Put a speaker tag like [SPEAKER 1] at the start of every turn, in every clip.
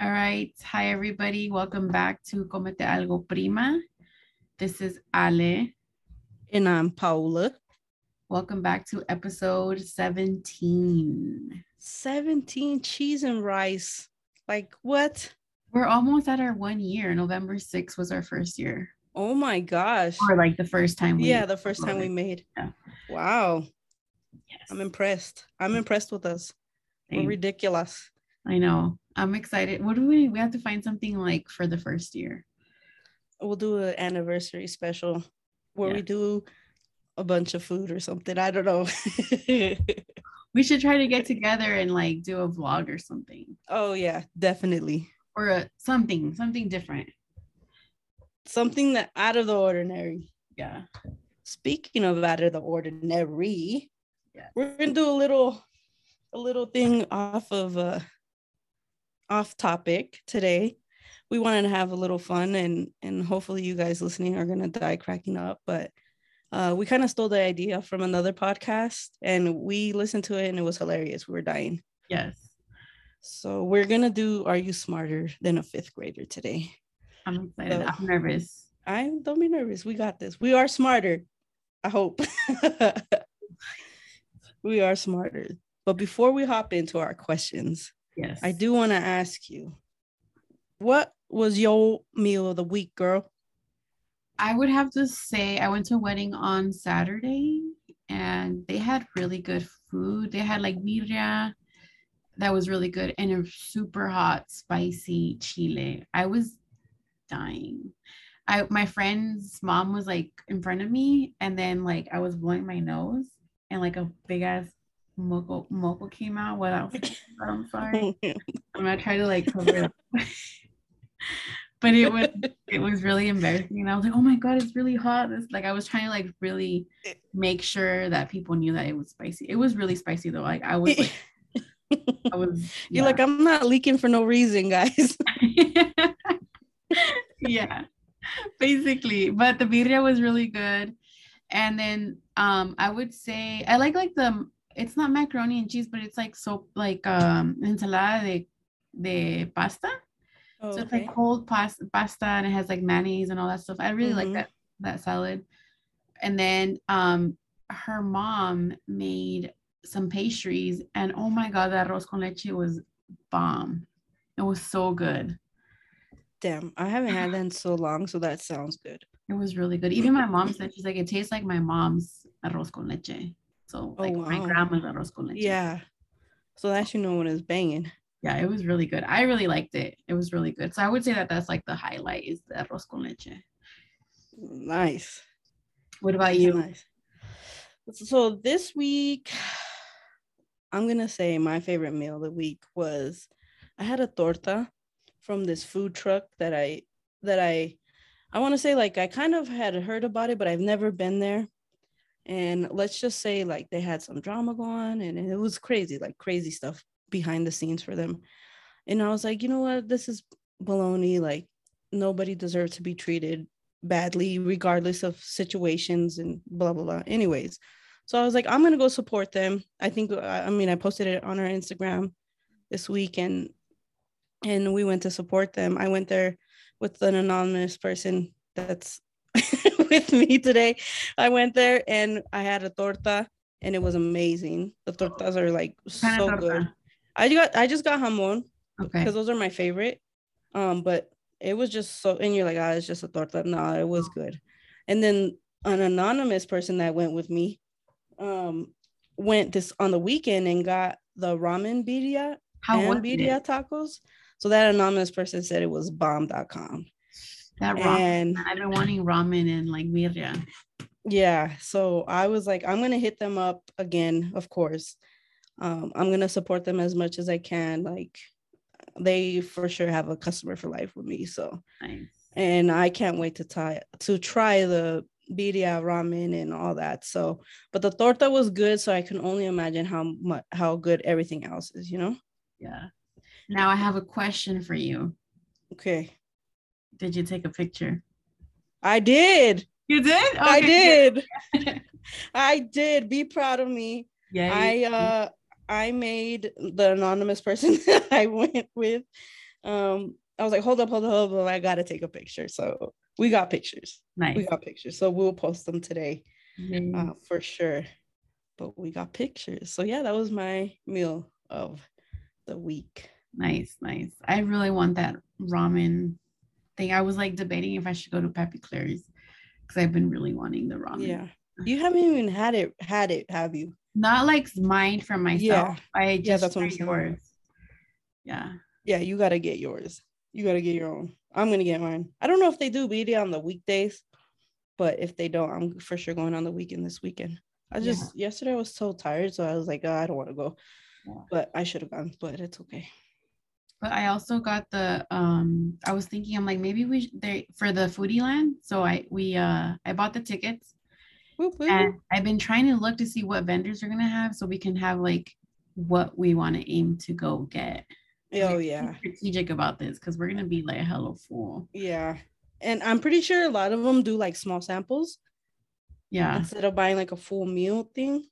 [SPEAKER 1] All right. Hi, everybody. Welcome back to Comete Algo Prima. This is Ale.
[SPEAKER 2] And I'm um, Paola.
[SPEAKER 1] Welcome back to episode 17.
[SPEAKER 2] 17 cheese and rice. Like what?
[SPEAKER 1] We're almost at our one year. November 6th was our first year,
[SPEAKER 2] Oh my gosh.
[SPEAKER 1] or like the first time.
[SPEAKER 2] Yeah, the first time we made.
[SPEAKER 1] Yeah.
[SPEAKER 2] Wow.
[SPEAKER 1] Yes.
[SPEAKER 2] I'm impressed. I'm impressed with us. We're
[SPEAKER 1] Same.
[SPEAKER 2] ridiculous.
[SPEAKER 1] I know. I'm excited. What do we? We have to find something like for the first year.
[SPEAKER 2] We'll do an anniversary special where
[SPEAKER 1] Yeah.
[SPEAKER 2] we do a bunch of food or something. I don't know.
[SPEAKER 1] We should try to get together and like do a vlog or something,
[SPEAKER 2] oh yeah, definitely.
[SPEAKER 1] or a, something, something different.
[SPEAKER 2] Something that out of the ordinary.
[SPEAKER 1] Yeah.
[SPEAKER 2] Speaking of out of the ordinary,
[SPEAKER 1] Yeah.
[SPEAKER 2] we're gonna do a little a little thing off of uh off topic today. We wanted to have a little fun and and hopefully you guys listening are gonna die cracking up, but uh we kind of stole the idea from another podcast and we listened to it and it was hilarious. We were dying.
[SPEAKER 1] Yes.
[SPEAKER 2] So we're gonna do Are You Smarter Than a Fifth Grader today?
[SPEAKER 1] I'm excited.
[SPEAKER 2] So-
[SPEAKER 1] I'm nervous.
[SPEAKER 2] I don't be nervous. We got this. We are smarter. I hope. we are smarter. But before we hop into our questions,
[SPEAKER 1] Yes.
[SPEAKER 2] I do want to ask you what was your meal of the week, girl?
[SPEAKER 1] I would have to say I went to a wedding on Saturday and they had really good food. They had like birria that was really good and a super hot spicy chile. I was dying. I my friend's mom was like in front of me and then like I was blowing my nose and like a big ass moco moco came out. What else? I'm sorry. I'm gonna try to like cover it up. but it was it was really embarrassing. And I was like, oh my god, it's really hot. It's like I was trying to like really make sure that people knew that it was spicy. It was really spicy though. Like I was like, I was
[SPEAKER 2] You're like, I'm not leaking for no reason, guys.
[SPEAKER 1] yeah. yeah. Basically. But the birria was really good. And then um I would say I like like the it's not macaroni and cheese, but it's like so like um ensalada de de pasta. So it's like cold pasta, pasta, and it has like mayonnaise and all that stuff. I really like
[SPEAKER 2] Mhm.
[SPEAKER 1] that that salad. And then um, her mom made some pastries, and oh my god, that arroz con leche was bomb. It was so good.
[SPEAKER 2] Damn, I haven't had that in so long, so that sounds good.
[SPEAKER 1] It was really good. Even my mom said she's like, it tastes like my mom's arroz con leche. So
[SPEAKER 2] Oh,
[SPEAKER 1] like my
[SPEAKER 2] wow.
[SPEAKER 1] grandma's arroz con leche.
[SPEAKER 2] Yeah. So that you know when it's banging.
[SPEAKER 1] yeah, it was really good. I really liked it. It was really good. So I would say that that's like the highlight is the arroz con leche.
[SPEAKER 2] Nice.
[SPEAKER 1] What about
[SPEAKER 2] Nice,
[SPEAKER 1] you?
[SPEAKER 2] nice. So this week, I'm gonna say my favorite meal of the week was I had a torta from this food truck that I that I I want to say like I kind of had heard about it, but I've never been there. And let's just say like they had some drama going and it was crazy, like crazy stuff behind the scenes for them. And I was like, you know what, this is baloney. Like nobody deserves to be treated badly, regardless of situations and blah blah blah. Anyways, so I was like, I'm gonna go support them. I think uh, I I mean I posted it on our Instagram this week and and we went to support them. I went there with an anonymous person that's with me today. I went there and I had a torta and it was amazing. The tortas are like
[SPEAKER 1] Kind of
[SPEAKER 2] so
[SPEAKER 1] torta.
[SPEAKER 2] good. I got I just got jamon
[SPEAKER 1] Okay.
[SPEAKER 2] because those are my favorite. Um, but it was just so, and you're like, ah, it's just a torta. No, it was good. And then an anonymous person that went with me, um, went this on the weekend and got the ramen birria
[SPEAKER 1] How
[SPEAKER 2] and
[SPEAKER 1] was
[SPEAKER 2] birria
[SPEAKER 1] it?
[SPEAKER 2] tacos. So that anonymous person said it was bomb.com.
[SPEAKER 1] That ramen.
[SPEAKER 2] And
[SPEAKER 1] I've been wanting ramen and like birria.
[SPEAKER 2] yeah, so I was like, I'm gonna hit them up again, of course. Um, I'm gonna support them as much as I can. Like they for sure have a customer for life with me. So
[SPEAKER 1] Nice.
[SPEAKER 2] and I can't wait to try to try the birria ramen and all that. So, but the torta was good, so I can only imagine how much how good everything else is. You know?
[SPEAKER 1] Yeah. Now I have a question for you.
[SPEAKER 2] Okay,
[SPEAKER 1] Did you take a picture?
[SPEAKER 2] I did.
[SPEAKER 1] You Oh, did?
[SPEAKER 2] I
[SPEAKER 1] Okay,
[SPEAKER 2] did.
[SPEAKER 1] good.
[SPEAKER 2] I did. Be proud of me.
[SPEAKER 1] yeah. you
[SPEAKER 2] I
[SPEAKER 1] did.
[SPEAKER 2] uh I made the anonymous person that I went with Um, I was like, hold up, hold up, hold up. I gotta take a picture. So we got pictures.
[SPEAKER 1] Nice.
[SPEAKER 2] We got pictures. So we'll post them today
[SPEAKER 1] Yay.
[SPEAKER 2] uh, for sure. But we got pictures. So yeah, that was my meal of the week.
[SPEAKER 1] Nice, nice. I really want that ramen thing. I was like debating if I should go to Pappy Clary's because I've been really wanting the ramen.
[SPEAKER 2] Yeah. You haven't even had it, had it, have you?
[SPEAKER 1] Not like mine for myself. I just
[SPEAKER 2] Yeah, that's what I'm
[SPEAKER 1] tried
[SPEAKER 2] saying.
[SPEAKER 1] yours. Yeah.
[SPEAKER 2] Yeah, you gotta get yours. You gotta get your own. I'm gonna get mine. I don't know if they do BD on the weekdays, but if they don't, I'm for sure going on the weekend this weekend. I
[SPEAKER 1] Yeah.
[SPEAKER 2] just yesterday I was so tired, so I was like, "Oh, I don't want to go,
[SPEAKER 1] Yeah.
[SPEAKER 2] but I should have gone, but it's okay.
[SPEAKER 1] But I also got the um I was thinking I'm like maybe we should, they for the foodie land. So I we uh I bought the tickets
[SPEAKER 2] Whoop, whoop.
[SPEAKER 1] and I've been trying to look to see what vendors are gonna have so we can have like what we want to aim to go get.
[SPEAKER 2] oh
[SPEAKER 1] Be
[SPEAKER 2] yeah,
[SPEAKER 1] Strategic about this because we're gonna be like hello full.
[SPEAKER 2] yeah. And I'm pretty sure a lot of them do like small samples
[SPEAKER 1] Yeah.
[SPEAKER 2] instead of buying like a full meal thing.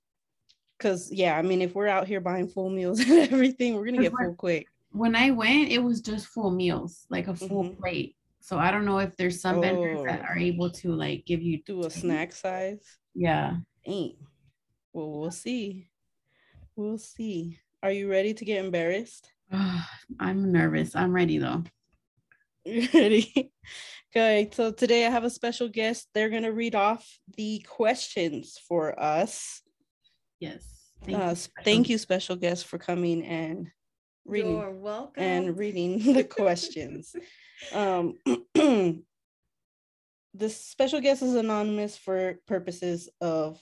[SPEAKER 2] Cause yeah, I mean, if we're out here buying full meals and everything, we're gonna
[SPEAKER 1] Cause
[SPEAKER 2] get
[SPEAKER 1] we're-
[SPEAKER 2] full quick.
[SPEAKER 1] when I went, it was just full meals, like a full
[SPEAKER 2] Mhm.
[SPEAKER 1] plate. So I don't know if there's some vendors that
[SPEAKER 2] Oh.
[SPEAKER 1] are able to like give you
[SPEAKER 2] Do a snack size.
[SPEAKER 1] Yeah.
[SPEAKER 2] ain't. Well, we'll see. We'll see. Are you ready to get embarrassed?
[SPEAKER 1] I'm nervous. I'm ready though.
[SPEAKER 2] You ready? okay, so today I have a special guest. They're going to read off the questions for us.
[SPEAKER 1] Yes.
[SPEAKER 2] Thank, uh, you, thank you, special guest, for coming and reading
[SPEAKER 3] You're welcome.
[SPEAKER 2] and reading the questions. um, this special guest is anonymous for purposes of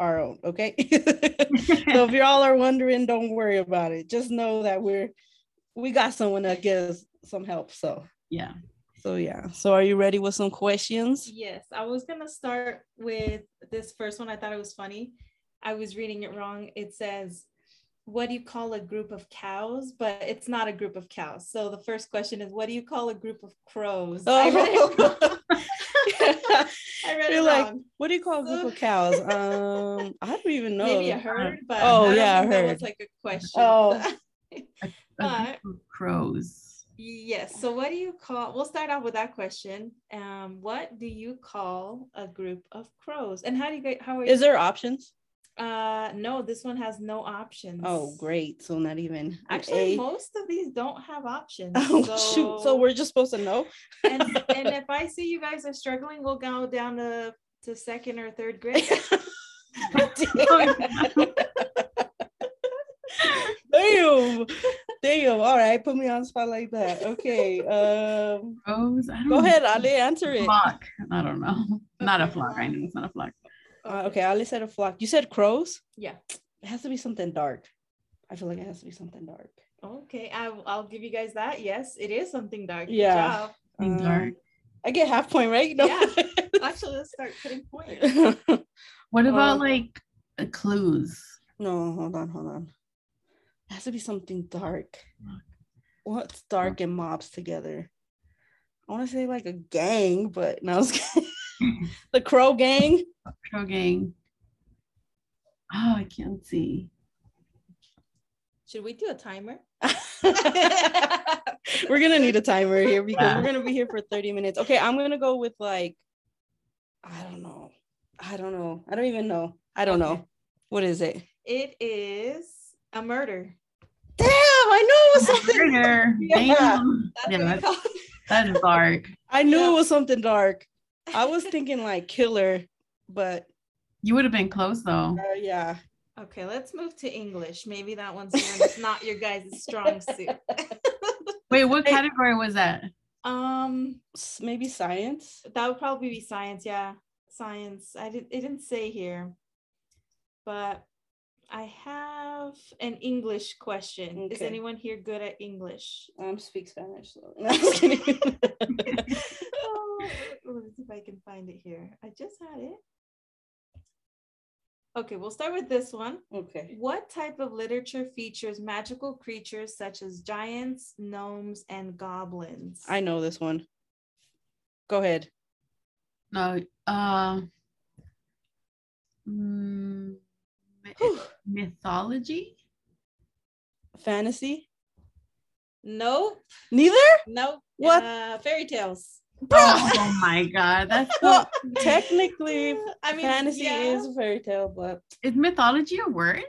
[SPEAKER 2] our own. Okay. so if y'all are wondering, don't worry about it. Just know that we're we got someone that gives some help. So
[SPEAKER 1] yeah.
[SPEAKER 2] so yeah. So are you ready with some questions?
[SPEAKER 3] Yes, I was gonna start with this first one. I thought it was funny. I was reading it wrong. It says, "What do you call a group of cows?" But it's not a group of cows. So the first question is, "What do you call a group of crows?" I read it wrong.
[SPEAKER 2] Oh.
[SPEAKER 3] I read it
[SPEAKER 2] You're like,
[SPEAKER 3] wrong.
[SPEAKER 2] what do you call a group of cows? Um, I don't even know.
[SPEAKER 3] Maybe a herd, but
[SPEAKER 2] Oh,
[SPEAKER 3] I don't
[SPEAKER 2] yeah, a
[SPEAKER 3] think that
[SPEAKER 2] herd.
[SPEAKER 3] was like a question.
[SPEAKER 2] Oh.
[SPEAKER 1] A group of crows.
[SPEAKER 3] Yes. So, what do you call? We'll start off with that question. Um, what do you call a group of crows? And how do you get? How are
[SPEAKER 2] Is
[SPEAKER 3] you?
[SPEAKER 2] there options?
[SPEAKER 3] Uh, no, this one has no options.
[SPEAKER 2] Oh, great. So not even an
[SPEAKER 3] Actually,
[SPEAKER 2] A.
[SPEAKER 3] most of these don't have options.
[SPEAKER 2] Oh shoot. So we're just supposed to know.
[SPEAKER 3] and, and if I see you guys are struggling, we'll go down to to second or third grade.
[SPEAKER 2] Damn. Damn. All right. Put me on the spot like that. Okay. Um
[SPEAKER 1] Crows. I don't
[SPEAKER 2] go
[SPEAKER 1] know.
[SPEAKER 2] ahead, Ali, answer it.
[SPEAKER 1] Flock. I don't know. Not a
[SPEAKER 3] Okay,
[SPEAKER 1] flock. I know it's not a flock.
[SPEAKER 2] Uh, okay, Ali said a flock. You said crows?
[SPEAKER 3] Yeah.
[SPEAKER 2] It has to be something dark. I feel like it has to be something dark.
[SPEAKER 3] Okay. I, I'll give you guys that. Yes, it is something dark. Good
[SPEAKER 2] Yeah.
[SPEAKER 3] job.
[SPEAKER 1] Something dark.
[SPEAKER 2] Um, I get half point, right?
[SPEAKER 3] Actually, let's start putting points.
[SPEAKER 2] Yeah.
[SPEAKER 1] What about
[SPEAKER 2] Um,
[SPEAKER 1] like uh, clues?
[SPEAKER 2] no, hold on, hold on. It has to be something dark. What's dark and mobs together? I want to say like a gang, but no, I was kidding. the crow gang.
[SPEAKER 1] Crow gang. Oh, I can't see.
[SPEAKER 3] Should we do a timer?
[SPEAKER 2] we're gonna need a timer here because
[SPEAKER 1] Yeah.
[SPEAKER 2] we're gonna be here for 30 minutes. Okay, I'm gonna go with like I don't know. I don't know. I don't even know. I don't
[SPEAKER 3] Okay.
[SPEAKER 2] know. What is it?
[SPEAKER 3] It is a murder.
[SPEAKER 2] Damn, I knew it was something.
[SPEAKER 1] Murder.
[SPEAKER 2] Yeah.
[SPEAKER 1] Damn.
[SPEAKER 3] That's
[SPEAKER 1] Yeah,
[SPEAKER 3] what we
[SPEAKER 1] that's-
[SPEAKER 3] call it.
[SPEAKER 1] That is dark.
[SPEAKER 2] I knew
[SPEAKER 3] Yeah.
[SPEAKER 2] it was something dark. I was thinking like killer, but
[SPEAKER 1] You would have been close though.
[SPEAKER 2] uh, yeah.
[SPEAKER 3] Okay, let's move to English. Maybe that one's the one that's not your guys' strong suit.
[SPEAKER 1] Wait, what
[SPEAKER 2] Hey.
[SPEAKER 1] category was that?
[SPEAKER 3] Um,
[SPEAKER 2] S- Maybe science.
[SPEAKER 3] that would probably be science. Yeah, science. I did. It didn't say here, but I have an English question. Is
[SPEAKER 2] Okay.
[SPEAKER 3] anyone here good at English?
[SPEAKER 2] Um speak Spanish so no, I'm just kidding.
[SPEAKER 3] oh, let's see if I can find it here. I just had it. Okay, we'll start with this one.
[SPEAKER 2] okay.
[SPEAKER 3] What type of literature features magical creatures such as giants, gnomes, and goblins?
[SPEAKER 2] I know this one. Go ahead.
[SPEAKER 1] No. Uh, mm, myth-
[SPEAKER 2] Whew.
[SPEAKER 1] mythology?
[SPEAKER 2] Fantasy.
[SPEAKER 3] Nope.
[SPEAKER 2] Neither?
[SPEAKER 3] Nope.
[SPEAKER 2] What?
[SPEAKER 3] Uh, fairy tales.
[SPEAKER 1] Oh my god, that's so,
[SPEAKER 2] Well, technically,
[SPEAKER 3] I mean,
[SPEAKER 2] fantasy
[SPEAKER 3] yeah.
[SPEAKER 2] is a fairy tale, but
[SPEAKER 1] is mythology a word?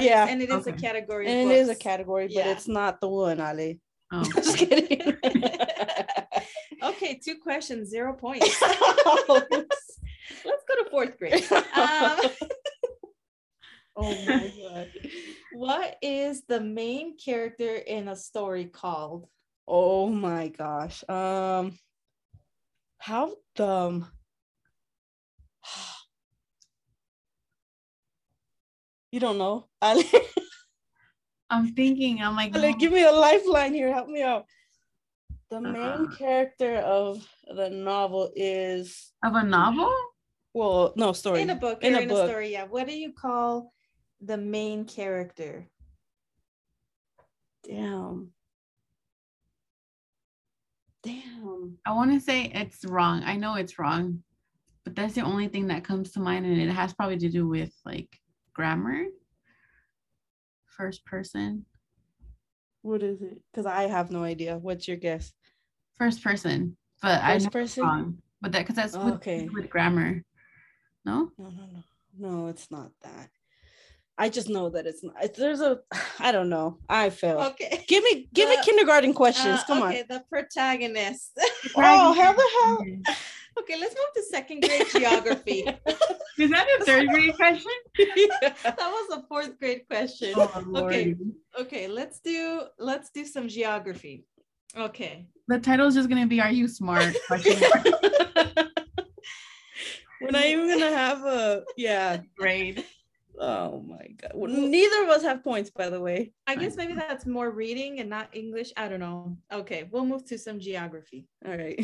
[SPEAKER 2] Yeah.
[SPEAKER 3] yeah. And it is a
[SPEAKER 1] Okay.
[SPEAKER 3] category. of
[SPEAKER 2] and it is a
[SPEAKER 3] books.
[SPEAKER 2] category, but
[SPEAKER 3] Yeah.
[SPEAKER 2] it's not the one, Ali.
[SPEAKER 1] Oh,
[SPEAKER 2] Just kidding.
[SPEAKER 3] Okay, two questions, zero points. Let's go to fourth grade. Um,
[SPEAKER 2] oh my god.
[SPEAKER 3] what is the main character in a story called?
[SPEAKER 2] Oh my gosh. Um how um, dumb. You don't know? Ali,
[SPEAKER 1] I'm thinking. I'm like,
[SPEAKER 2] Ali, give me a lifeline here. Help me out. The
[SPEAKER 3] Uh-huh.
[SPEAKER 2] main
[SPEAKER 1] Uh-uh.
[SPEAKER 2] character of the novel is
[SPEAKER 1] of a novel?
[SPEAKER 2] well, no story.
[SPEAKER 3] In a book.
[SPEAKER 2] In
[SPEAKER 3] or
[SPEAKER 2] a book.
[SPEAKER 3] story, yeah. What do you call the main character?
[SPEAKER 2] Damn. Damn.
[SPEAKER 1] I want to say it's wrong. I know it's wrong, but that's the only thing that comes to mind, and it has probably to do with like grammar. First person,
[SPEAKER 2] What is it? Because I have no idea. What's your guess?
[SPEAKER 1] first person, but I know um,
[SPEAKER 2] First
[SPEAKER 1] it's
[SPEAKER 2] person?
[SPEAKER 1] wrong. But that because that's with,
[SPEAKER 2] Okay.
[SPEAKER 1] with grammar. No,
[SPEAKER 2] No, no, no. No, it's not that. I just know that it's not. it's- There's a I don't know. I failed.
[SPEAKER 3] Okay.
[SPEAKER 2] Give me give me
[SPEAKER 3] The-
[SPEAKER 2] kindergarten questions.
[SPEAKER 3] Oh, Uh,
[SPEAKER 2] Come
[SPEAKER 3] okay, the protagonist.
[SPEAKER 2] on. Oh, how the hell?
[SPEAKER 3] okay, let's move to second grade geography.
[SPEAKER 1] is that a third grade question?
[SPEAKER 3] that was a fourth grade question.
[SPEAKER 1] Oh,
[SPEAKER 3] Okay.
[SPEAKER 1] Lordy.
[SPEAKER 3] Okay, let's do let's do some geography. Okay.
[SPEAKER 1] The title's just gonna be "Are you smart?" question mark.
[SPEAKER 2] We're not even gonna have a yeah.
[SPEAKER 1] grade.
[SPEAKER 2] Oh my god. Well, Neither of us have points, by the way.
[SPEAKER 3] I guess maybe that's more reading and not English. I don't know. Okay, we'll move to some geography.
[SPEAKER 2] All right.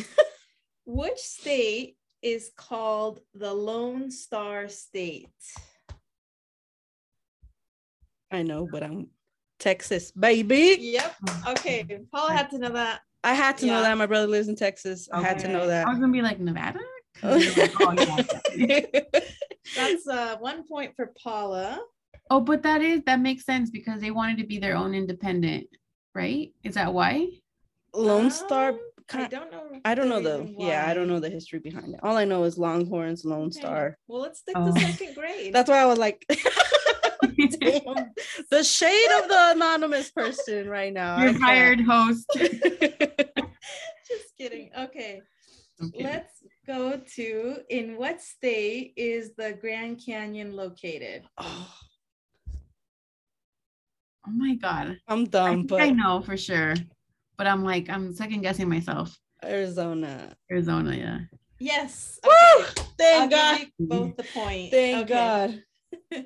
[SPEAKER 3] Which state is called the Lone Star State?
[SPEAKER 2] I know, but I'm Texas, baby.
[SPEAKER 3] Yep. Okay, Paul had to know that.
[SPEAKER 2] I had to know
[SPEAKER 3] Yeah.
[SPEAKER 2] that my brother lives in Texas. I had to know
[SPEAKER 3] Okay.
[SPEAKER 1] I was
[SPEAKER 2] that.
[SPEAKER 1] gonna be like Nevada. 'Cause you're like, oh, yeah, definitely.
[SPEAKER 3] That's uh, one point for Paula.
[SPEAKER 1] Oh, but that is that makes sense because they wanted to be their own independent, right? Is that why?
[SPEAKER 2] Lone Star.
[SPEAKER 3] Um, I
[SPEAKER 2] kin-
[SPEAKER 3] don't know.
[SPEAKER 2] I don't know
[SPEAKER 3] the
[SPEAKER 2] though.
[SPEAKER 3] reason
[SPEAKER 2] Yeah, I don't
[SPEAKER 3] why.
[SPEAKER 2] know the history behind it. All I know is Longhorns, Lone
[SPEAKER 3] Okay.
[SPEAKER 2] Star.
[SPEAKER 3] Well, let's stick
[SPEAKER 1] Oh.
[SPEAKER 3] to second grade.
[SPEAKER 2] That's why I was like, Damn. the shade of the anonymous person right now. I
[SPEAKER 1] Your
[SPEAKER 2] can't.
[SPEAKER 1] fired host.
[SPEAKER 3] Just kidding. Okay.
[SPEAKER 1] Okay.
[SPEAKER 3] Let's go to in what state is the Grand Canyon located?
[SPEAKER 2] Oh,
[SPEAKER 1] Oh my god.
[SPEAKER 2] I'm
[SPEAKER 1] I,
[SPEAKER 2] dumb,
[SPEAKER 1] think I
[SPEAKER 2] Um, but
[SPEAKER 1] know for sure, but I'm like I'm second guessing myself.
[SPEAKER 2] Arizona.
[SPEAKER 1] Arizona, yeah.
[SPEAKER 3] Yes.
[SPEAKER 2] Woo!
[SPEAKER 3] I'll
[SPEAKER 2] Thank God.
[SPEAKER 3] give you both the point.
[SPEAKER 2] Thank
[SPEAKER 3] Okay.
[SPEAKER 2] God.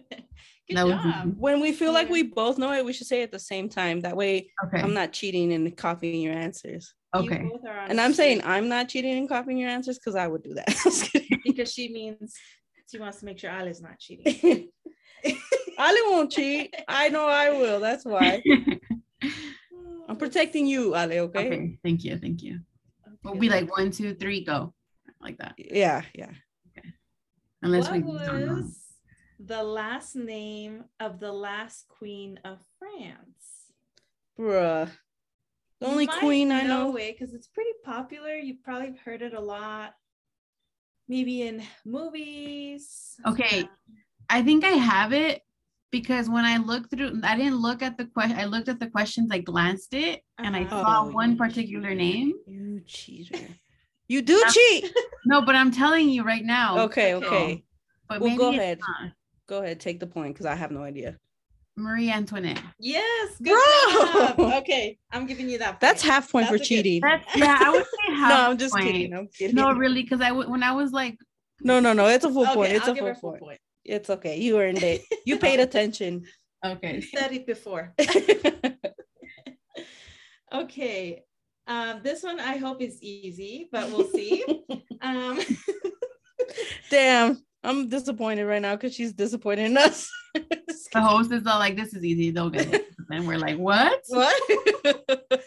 [SPEAKER 3] Good
[SPEAKER 1] That was
[SPEAKER 3] job.
[SPEAKER 1] easy.
[SPEAKER 2] When we feel like
[SPEAKER 3] Yeah.
[SPEAKER 2] we both know it, we should say it at the same time. That way,
[SPEAKER 1] Okay.
[SPEAKER 2] I'm not cheating and copying your answers.
[SPEAKER 1] okay.
[SPEAKER 3] You both are on
[SPEAKER 2] And
[SPEAKER 3] the
[SPEAKER 2] I'm saying
[SPEAKER 3] streak
[SPEAKER 2] I'm not cheating and copying your answers because I would do that. Just kidding.
[SPEAKER 3] because she means she wants to make sure Ali's not cheating.
[SPEAKER 2] Ali won't cheat. I know I will. That's why.
[SPEAKER 1] okay.
[SPEAKER 3] Oh,
[SPEAKER 2] I'm protecting you, Ale. Okay.
[SPEAKER 1] Thank you. Thank you. We'll
[SPEAKER 3] Okay.
[SPEAKER 1] be like one, two, three, go. Like that.
[SPEAKER 2] Yeah, yeah.
[SPEAKER 1] Unless we
[SPEAKER 3] what
[SPEAKER 1] don't know.
[SPEAKER 3] was the last name of the last queen of France?
[SPEAKER 2] Bruh. The only
[SPEAKER 3] You might
[SPEAKER 2] queen I know.
[SPEAKER 3] it because it's pretty popular. You've probably heard it a lot, maybe in movies.
[SPEAKER 1] Okay. I think I have it because when I looked through, I didn't look at the question. I looked at the questions, I glanced it, and I
[SPEAKER 3] Uh-huh.
[SPEAKER 1] saw
[SPEAKER 2] Oh,
[SPEAKER 1] one
[SPEAKER 2] you
[SPEAKER 1] particular
[SPEAKER 2] cheater.
[SPEAKER 1] name.
[SPEAKER 2] You cheater. You do cheat.
[SPEAKER 1] No, but I'm telling you right now.
[SPEAKER 2] Okay,
[SPEAKER 1] so-
[SPEAKER 2] okay.
[SPEAKER 1] But
[SPEAKER 2] Well,
[SPEAKER 1] maybe
[SPEAKER 2] go
[SPEAKER 1] it's
[SPEAKER 2] ahead.
[SPEAKER 1] not.
[SPEAKER 2] Go ahead, take the point because I have no idea.
[SPEAKER 1] Marie Antoinette.
[SPEAKER 3] Yes.
[SPEAKER 2] Bro!
[SPEAKER 3] job. Okay, I'm giving you that.
[SPEAKER 2] That's
[SPEAKER 3] point.
[SPEAKER 2] half point for
[SPEAKER 3] That's a good-
[SPEAKER 2] cheating.
[SPEAKER 1] That's yeah. I would say
[SPEAKER 2] No,
[SPEAKER 1] half.
[SPEAKER 2] I'm just
[SPEAKER 1] point.
[SPEAKER 2] kidding. I'm kidding.
[SPEAKER 1] No,
[SPEAKER 2] No,
[SPEAKER 1] really, because I w- when I was like,
[SPEAKER 2] no, no, It's a full
[SPEAKER 3] Okay,
[SPEAKER 2] point. It's
[SPEAKER 3] I'll
[SPEAKER 2] a
[SPEAKER 3] give
[SPEAKER 2] full
[SPEAKER 3] her full
[SPEAKER 2] point.
[SPEAKER 3] point.
[SPEAKER 2] It's okay. You earned it. You paid attention.
[SPEAKER 1] okay,
[SPEAKER 3] Studied before. Okay. Um, this one I hope is easy, but we'll see. um,
[SPEAKER 2] Damn. I'm disappointed right now because she's disappointed in us. Just
[SPEAKER 1] the host is all like, "This is easy. They'll get it." And we're like, "What?"
[SPEAKER 2] kidding. what?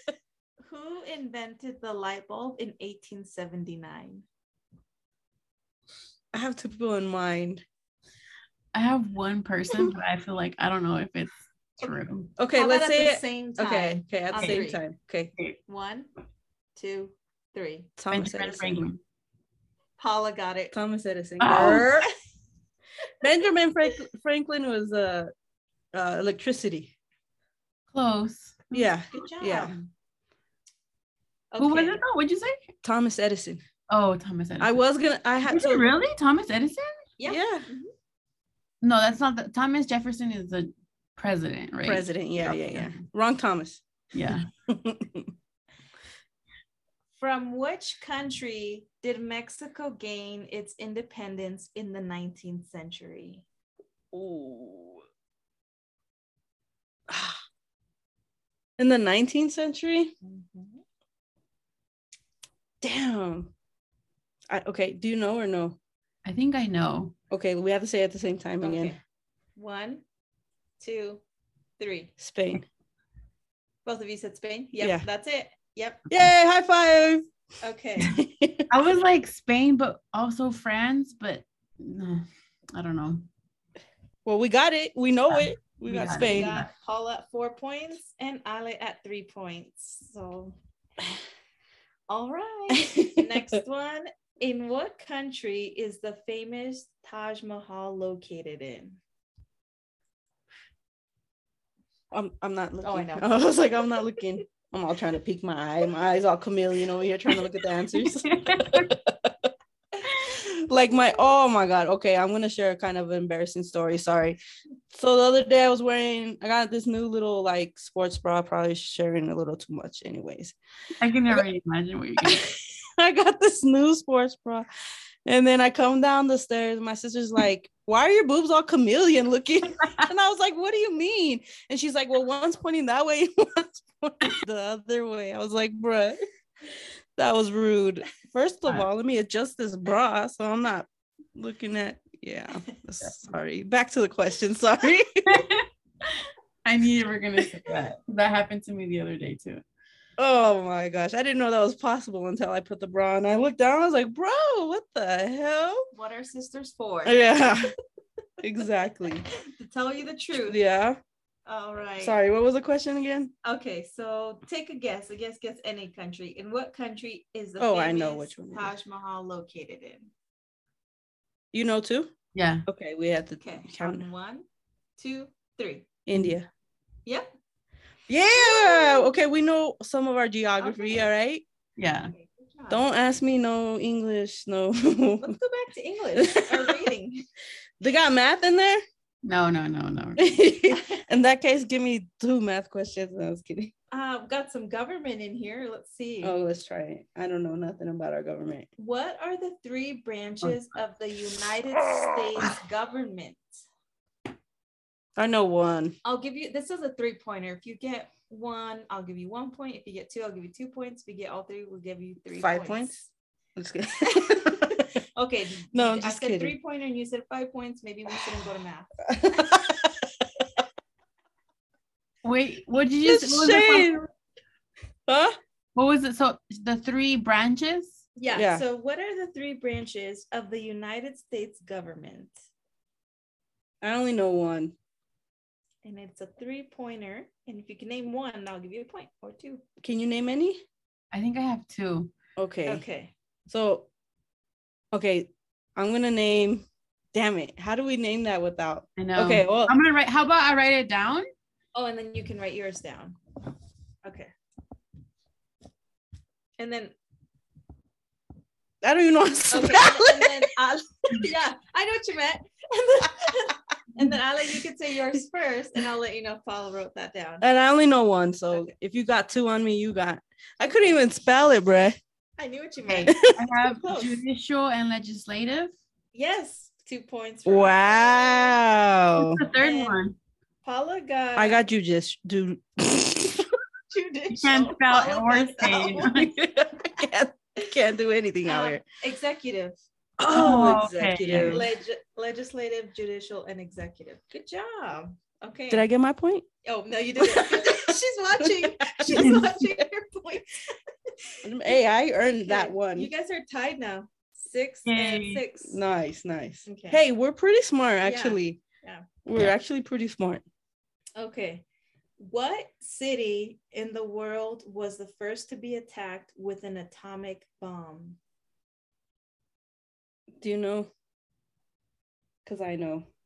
[SPEAKER 3] who invented the light bulb in 1879?
[SPEAKER 2] I have two people in mind.
[SPEAKER 1] I have one person, but I feel like I don't know if it's True.
[SPEAKER 2] Okay,
[SPEAKER 3] How
[SPEAKER 2] let's
[SPEAKER 3] about at
[SPEAKER 2] say
[SPEAKER 3] the
[SPEAKER 2] it.
[SPEAKER 3] same time.
[SPEAKER 2] Okay, okay, at the
[SPEAKER 1] on
[SPEAKER 2] same
[SPEAKER 3] three?
[SPEAKER 2] time. Okay,
[SPEAKER 3] One, two, three.
[SPEAKER 2] Thomas
[SPEAKER 1] Benjamin
[SPEAKER 2] Edison.
[SPEAKER 1] Franklin.
[SPEAKER 3] Paula got it.
[SPEAKER 2] Thomas Edison.
[SPEAKER 1] Oh.
[SPEAKER 2] Grr. Benjamin Frank- Franklin was uh, uh electricity.
[SPEAKER 1] Close.
[SPEAKER 3] Hmm.
[SPEAKER 2] Yeah,
[SPEAKER 3] Good job.
[SPEAKER 2] Yeah.
[SPEAKER 3] Okay.
[SPEAKER 1] Who was it though? What'd you say?
[SPEAKER 2] Thomas Edison.
[SPEAKER 1] Oh, Thomas Edison.
[SPEAKER 2] I was gonna. I had
[SPEAKER 1] Is it
[SPEAKER 2] to.
[SPEAKER 1] really Thomas Edison?
[SPEAKER 2] Yeah,
[SPEAKER 1] No, that's not the Thomas Jefferson is the president, right?
[SPEAKER 2] president. Yeah, yeah,
[SPEAKER 1] Okay.
[SPEAKER 2] yeah. Wrong Thomas.
[SPEAKER 1] Yeah.
[SPEAKER 3] From which country did Mexico gain its independence in the 19th century?
[SPEAKER 2] Ooh. In the 19th century? Damn. I, okay, do you know or no?
[SPEAKER 1] I think I know.
[SPEAKER 2] Okay, we have to say it at the same time again.
[SPEAKER 3] Okay. One, two, three.
[SPEAKER 2] Spain.
[SPEAKER 3] Both of you said Spain? Yep,
[SPEAKER 2] Yeah.
[SPEAKER 3] that's it. Yep.
[SPEAKER 2] Yay, high five.
[SPEAKER 3] Okay.
[SPEAKER 1] I was like Spain, but also France, but no, I don't know.
[SPEAKER 2] well, we got it. We know it. We
[SPEAKER 1] We
[SPEAKER 2] got
[SPEAKER 1] got it.
[SPEAKER 3] We
[SPEAKER 2] Spain.
[SPEAKER 3] got Paula at four points and Ale at three points. So, all right. Next one. In what country is the famous Taj Mahal located in?
[SPEAKER 2] I'm, I'm not looking.
[SPEAKER 3] Oh, I know.
[SPEAKER 2] I was like, I'm not looking. I'm all trying to peek my eye. My eyes all chameleon over here trying to look at the answers. like my oh my god okay i'm gonna share a kind of embarrassing story sorry so the other day i was wearing i got this new little like sports bra probably sharing a little too much anyways
[SPEAKER 1] I can never imagine what you're gonna
[SPEAKER 2] i got this new sports bra and then i come down the stairs my sister's like why are your boobs all chameleon looking and i was like what do you mean and she's like well one's pointing that way one's pointing the other way i was like bruh that was rude first of
[SPEAKER 1] Uh,
[SPEAKER 2] all let me adjust this bra so i'm not looking at yeah sorry back to the question sorry
[SPEAKER 1] I knew you were gonna say that. That happened to me the other day too.
[SPEAKER 2] oh my gosh i didn't know that was possible until i put the bra on i looked down i was like bro what the hell
[SPEAKER 3] What are sisters for?
[SPEAKER 2] Oh, yeah exactly
[SPEAKER 3] to tell you the truth.
[SPEAKER 2] yeah
[SPEAKER 3] All right.
[SPEAKER 2] sorry what was the question again
[SPEAKER 3] Okay, so take a guess. A guess, guess any country. In what country is the
[SPEAKER 2] Oh,
[SPEAKER 3] famous
[SPEAKER 2] I know which one it
[SPEAKER 3] Taj Mahal located in?
[SPEAKER 2] you know too
[SPEAKER 1] Yeah.
[SPEAKER 2] okay we have to
[SPEAKER 3] Okay,
[SPEAKER 2] count
[SPEAKER 3] one, two, three.
[SPEAKER 2] india
[SPEAKER 3] Yep.
[SPEAKER 2] yeah okay we know some of our geography
[SPEAKER 3] Okay.
[SPEAKER 2] all right
[SPEAKER 1] Yeah.
[SPEAKER 3] Okay, good job.
[SPEAKER 2] don't ask me no english no
[SPEAKER 3] Let's go back to English or reading.
[SPEAKER 2] they got math in there
[SPEAKER 1] No, no, no, no.
[SPEAKER 2] in that case, give me two math questions. No, I was kidding.
[SPEAKER 3] Uh, we've got some government in here. Let's see.
[SPEAKER 2] Oh, let's try it. I don't know nothing about our government.
[SPEAKER 3] What are the three branches
[SPEAKER 2] Oh.
[SPEAKER 3] of the United States government?
[SPEAKER 2] I know one.
[SPEAKER 3] I'll give you this is a three pointer. If you get one, I'll give you one point. If you get two, I'll give you two points. If you get all three, we'll give you three
[SPEAKER 2] Five I'm just kidding.
[SPEAKER 3] Okay.
[SPEAKER 2] No, I'm
[SPEAKER 3] I
[SPEAKER 2] just
[SPEAKER 3] said
[SPEAKER 2] kidding.
[SPEAKER 3] three pointer and you said five points. Maybe we shouldn't go to math.
[SPEAKER 1] Wait, what did you
[SPEAKER 2] It's
[SPEAKER 1] just what was, the first-
[SPEAKER 2] shame. huh?
[SPEAKER 1] what was it? So the three branches?
[SPEAKER 3] Yeah.
[SPEAKER 2] Yeah.
[SPEAKER 3] So, what are the three branches of the United States government?
[SPEAKER 2] I only know one.
[SPEAKER 3] And it's a three pointer. And if you can name one, I'll give you a point or two.
[SPEAKER 2] Can you name any?
[SPEAKER 1] I think I have two.
[SPEAKER 2] Okay.
[SPEAKER 3] Okay.
[SPEAKER 2] So, okay, I'm gonna name. Damn it! How do we name that without?
[SPEAKER 1] I
[SPEAKER 3] Um,
[SPEAKER 1] know.
[SPEAKER 2] Okay. Well,
[SPEAKER 1] I'm gonna write how about I write it down?
[SPEAKER 3] Oh, and then you can write yours down. Okay. And then,
[SPEAKER 2] I don't even know. How to spell
[SPEAKER 3] okay. and
[SPEAKER 2] it.
[SPEAKER 3] then- and then I'll, yeah, I know what you meant. And then, and then Ale, you could say yours first, and I'll let you know if Paula wrote that down.
[SPEAKER 2] And I only know one. So
[SPEAKER 3] Okay.
[SPEAKER 2] if you got two on me, you got. I couldn't even spell it, bruh.
[SPEAKER 3] I knew what you
[SPEAKER 1] Okay.
[SPEAKER 3] meant.
[SPEAKER 1] I have
[SPEAKER 3] Close.
[SPEAKER 1] judicial and legislative.
[SPEAKER 3] Yes, two points. for Ale. Oh.
[SPEAKER 2] Wow.
[SPEAKER 1] What's the third
[SPEAKER 3] And-
[SPEAKER 1] one?
[SPEAKER 3] Paula got.
[SPEAKER 2] I got you just do
[SPEAKER 3] judicial.
[SPEAKER 1] Can't spell
[SPEAKER 3] Paula
[SPEAKER 1] or
[SPEAKER 3] got that
[SPEAKER 1] say.
[SPEAKER 3] one.
[SPEAKER 2] can't, can't do anything out
[SPEAKER 3] Um,
[SPEAKER 2] here.
[SPEAKER 3] executive,
[SPEAKER 1] Oh,
[SPEAKER 2] Oh,
[SPEAKER 1] okay.
[SPEAKER 2] executive.
[SPEAKER 3] leg- legislative, judicial, and executive. Good job. Okay.
[SPEAKER 2] Did I get my point?
[SPEAKER 3] Oh no, you didn't. She's watching. She's watching your points.
[SPEAKER 2] Hey, I earned that
[SPEAKER 3] Okay,
[SPEAKER 2] one.
[SPEAKER 3] You guys are tied now. Six
[SPEAKER 1] Yay.
[SPEAKER 3] and six.
[SPEAKER 2] nice, nice.
[SPEAKER 3] Okay.
[SPEAKER 2] Hey, we're pretty smart
[SPEAKER 3] Yeah,
[SPEAKER 2] actually.
[SPEAKER 3] yeah.
[SPEAKER 2] We're
[SPEAKER 1] Yeah.
[SPEAKER 2] actually pretty smart.
[SPEAKER 3] Okay. What city in the world was the first to be attacked with an atomic bomb?
[SPEAKER 2] Do you know? Because I know.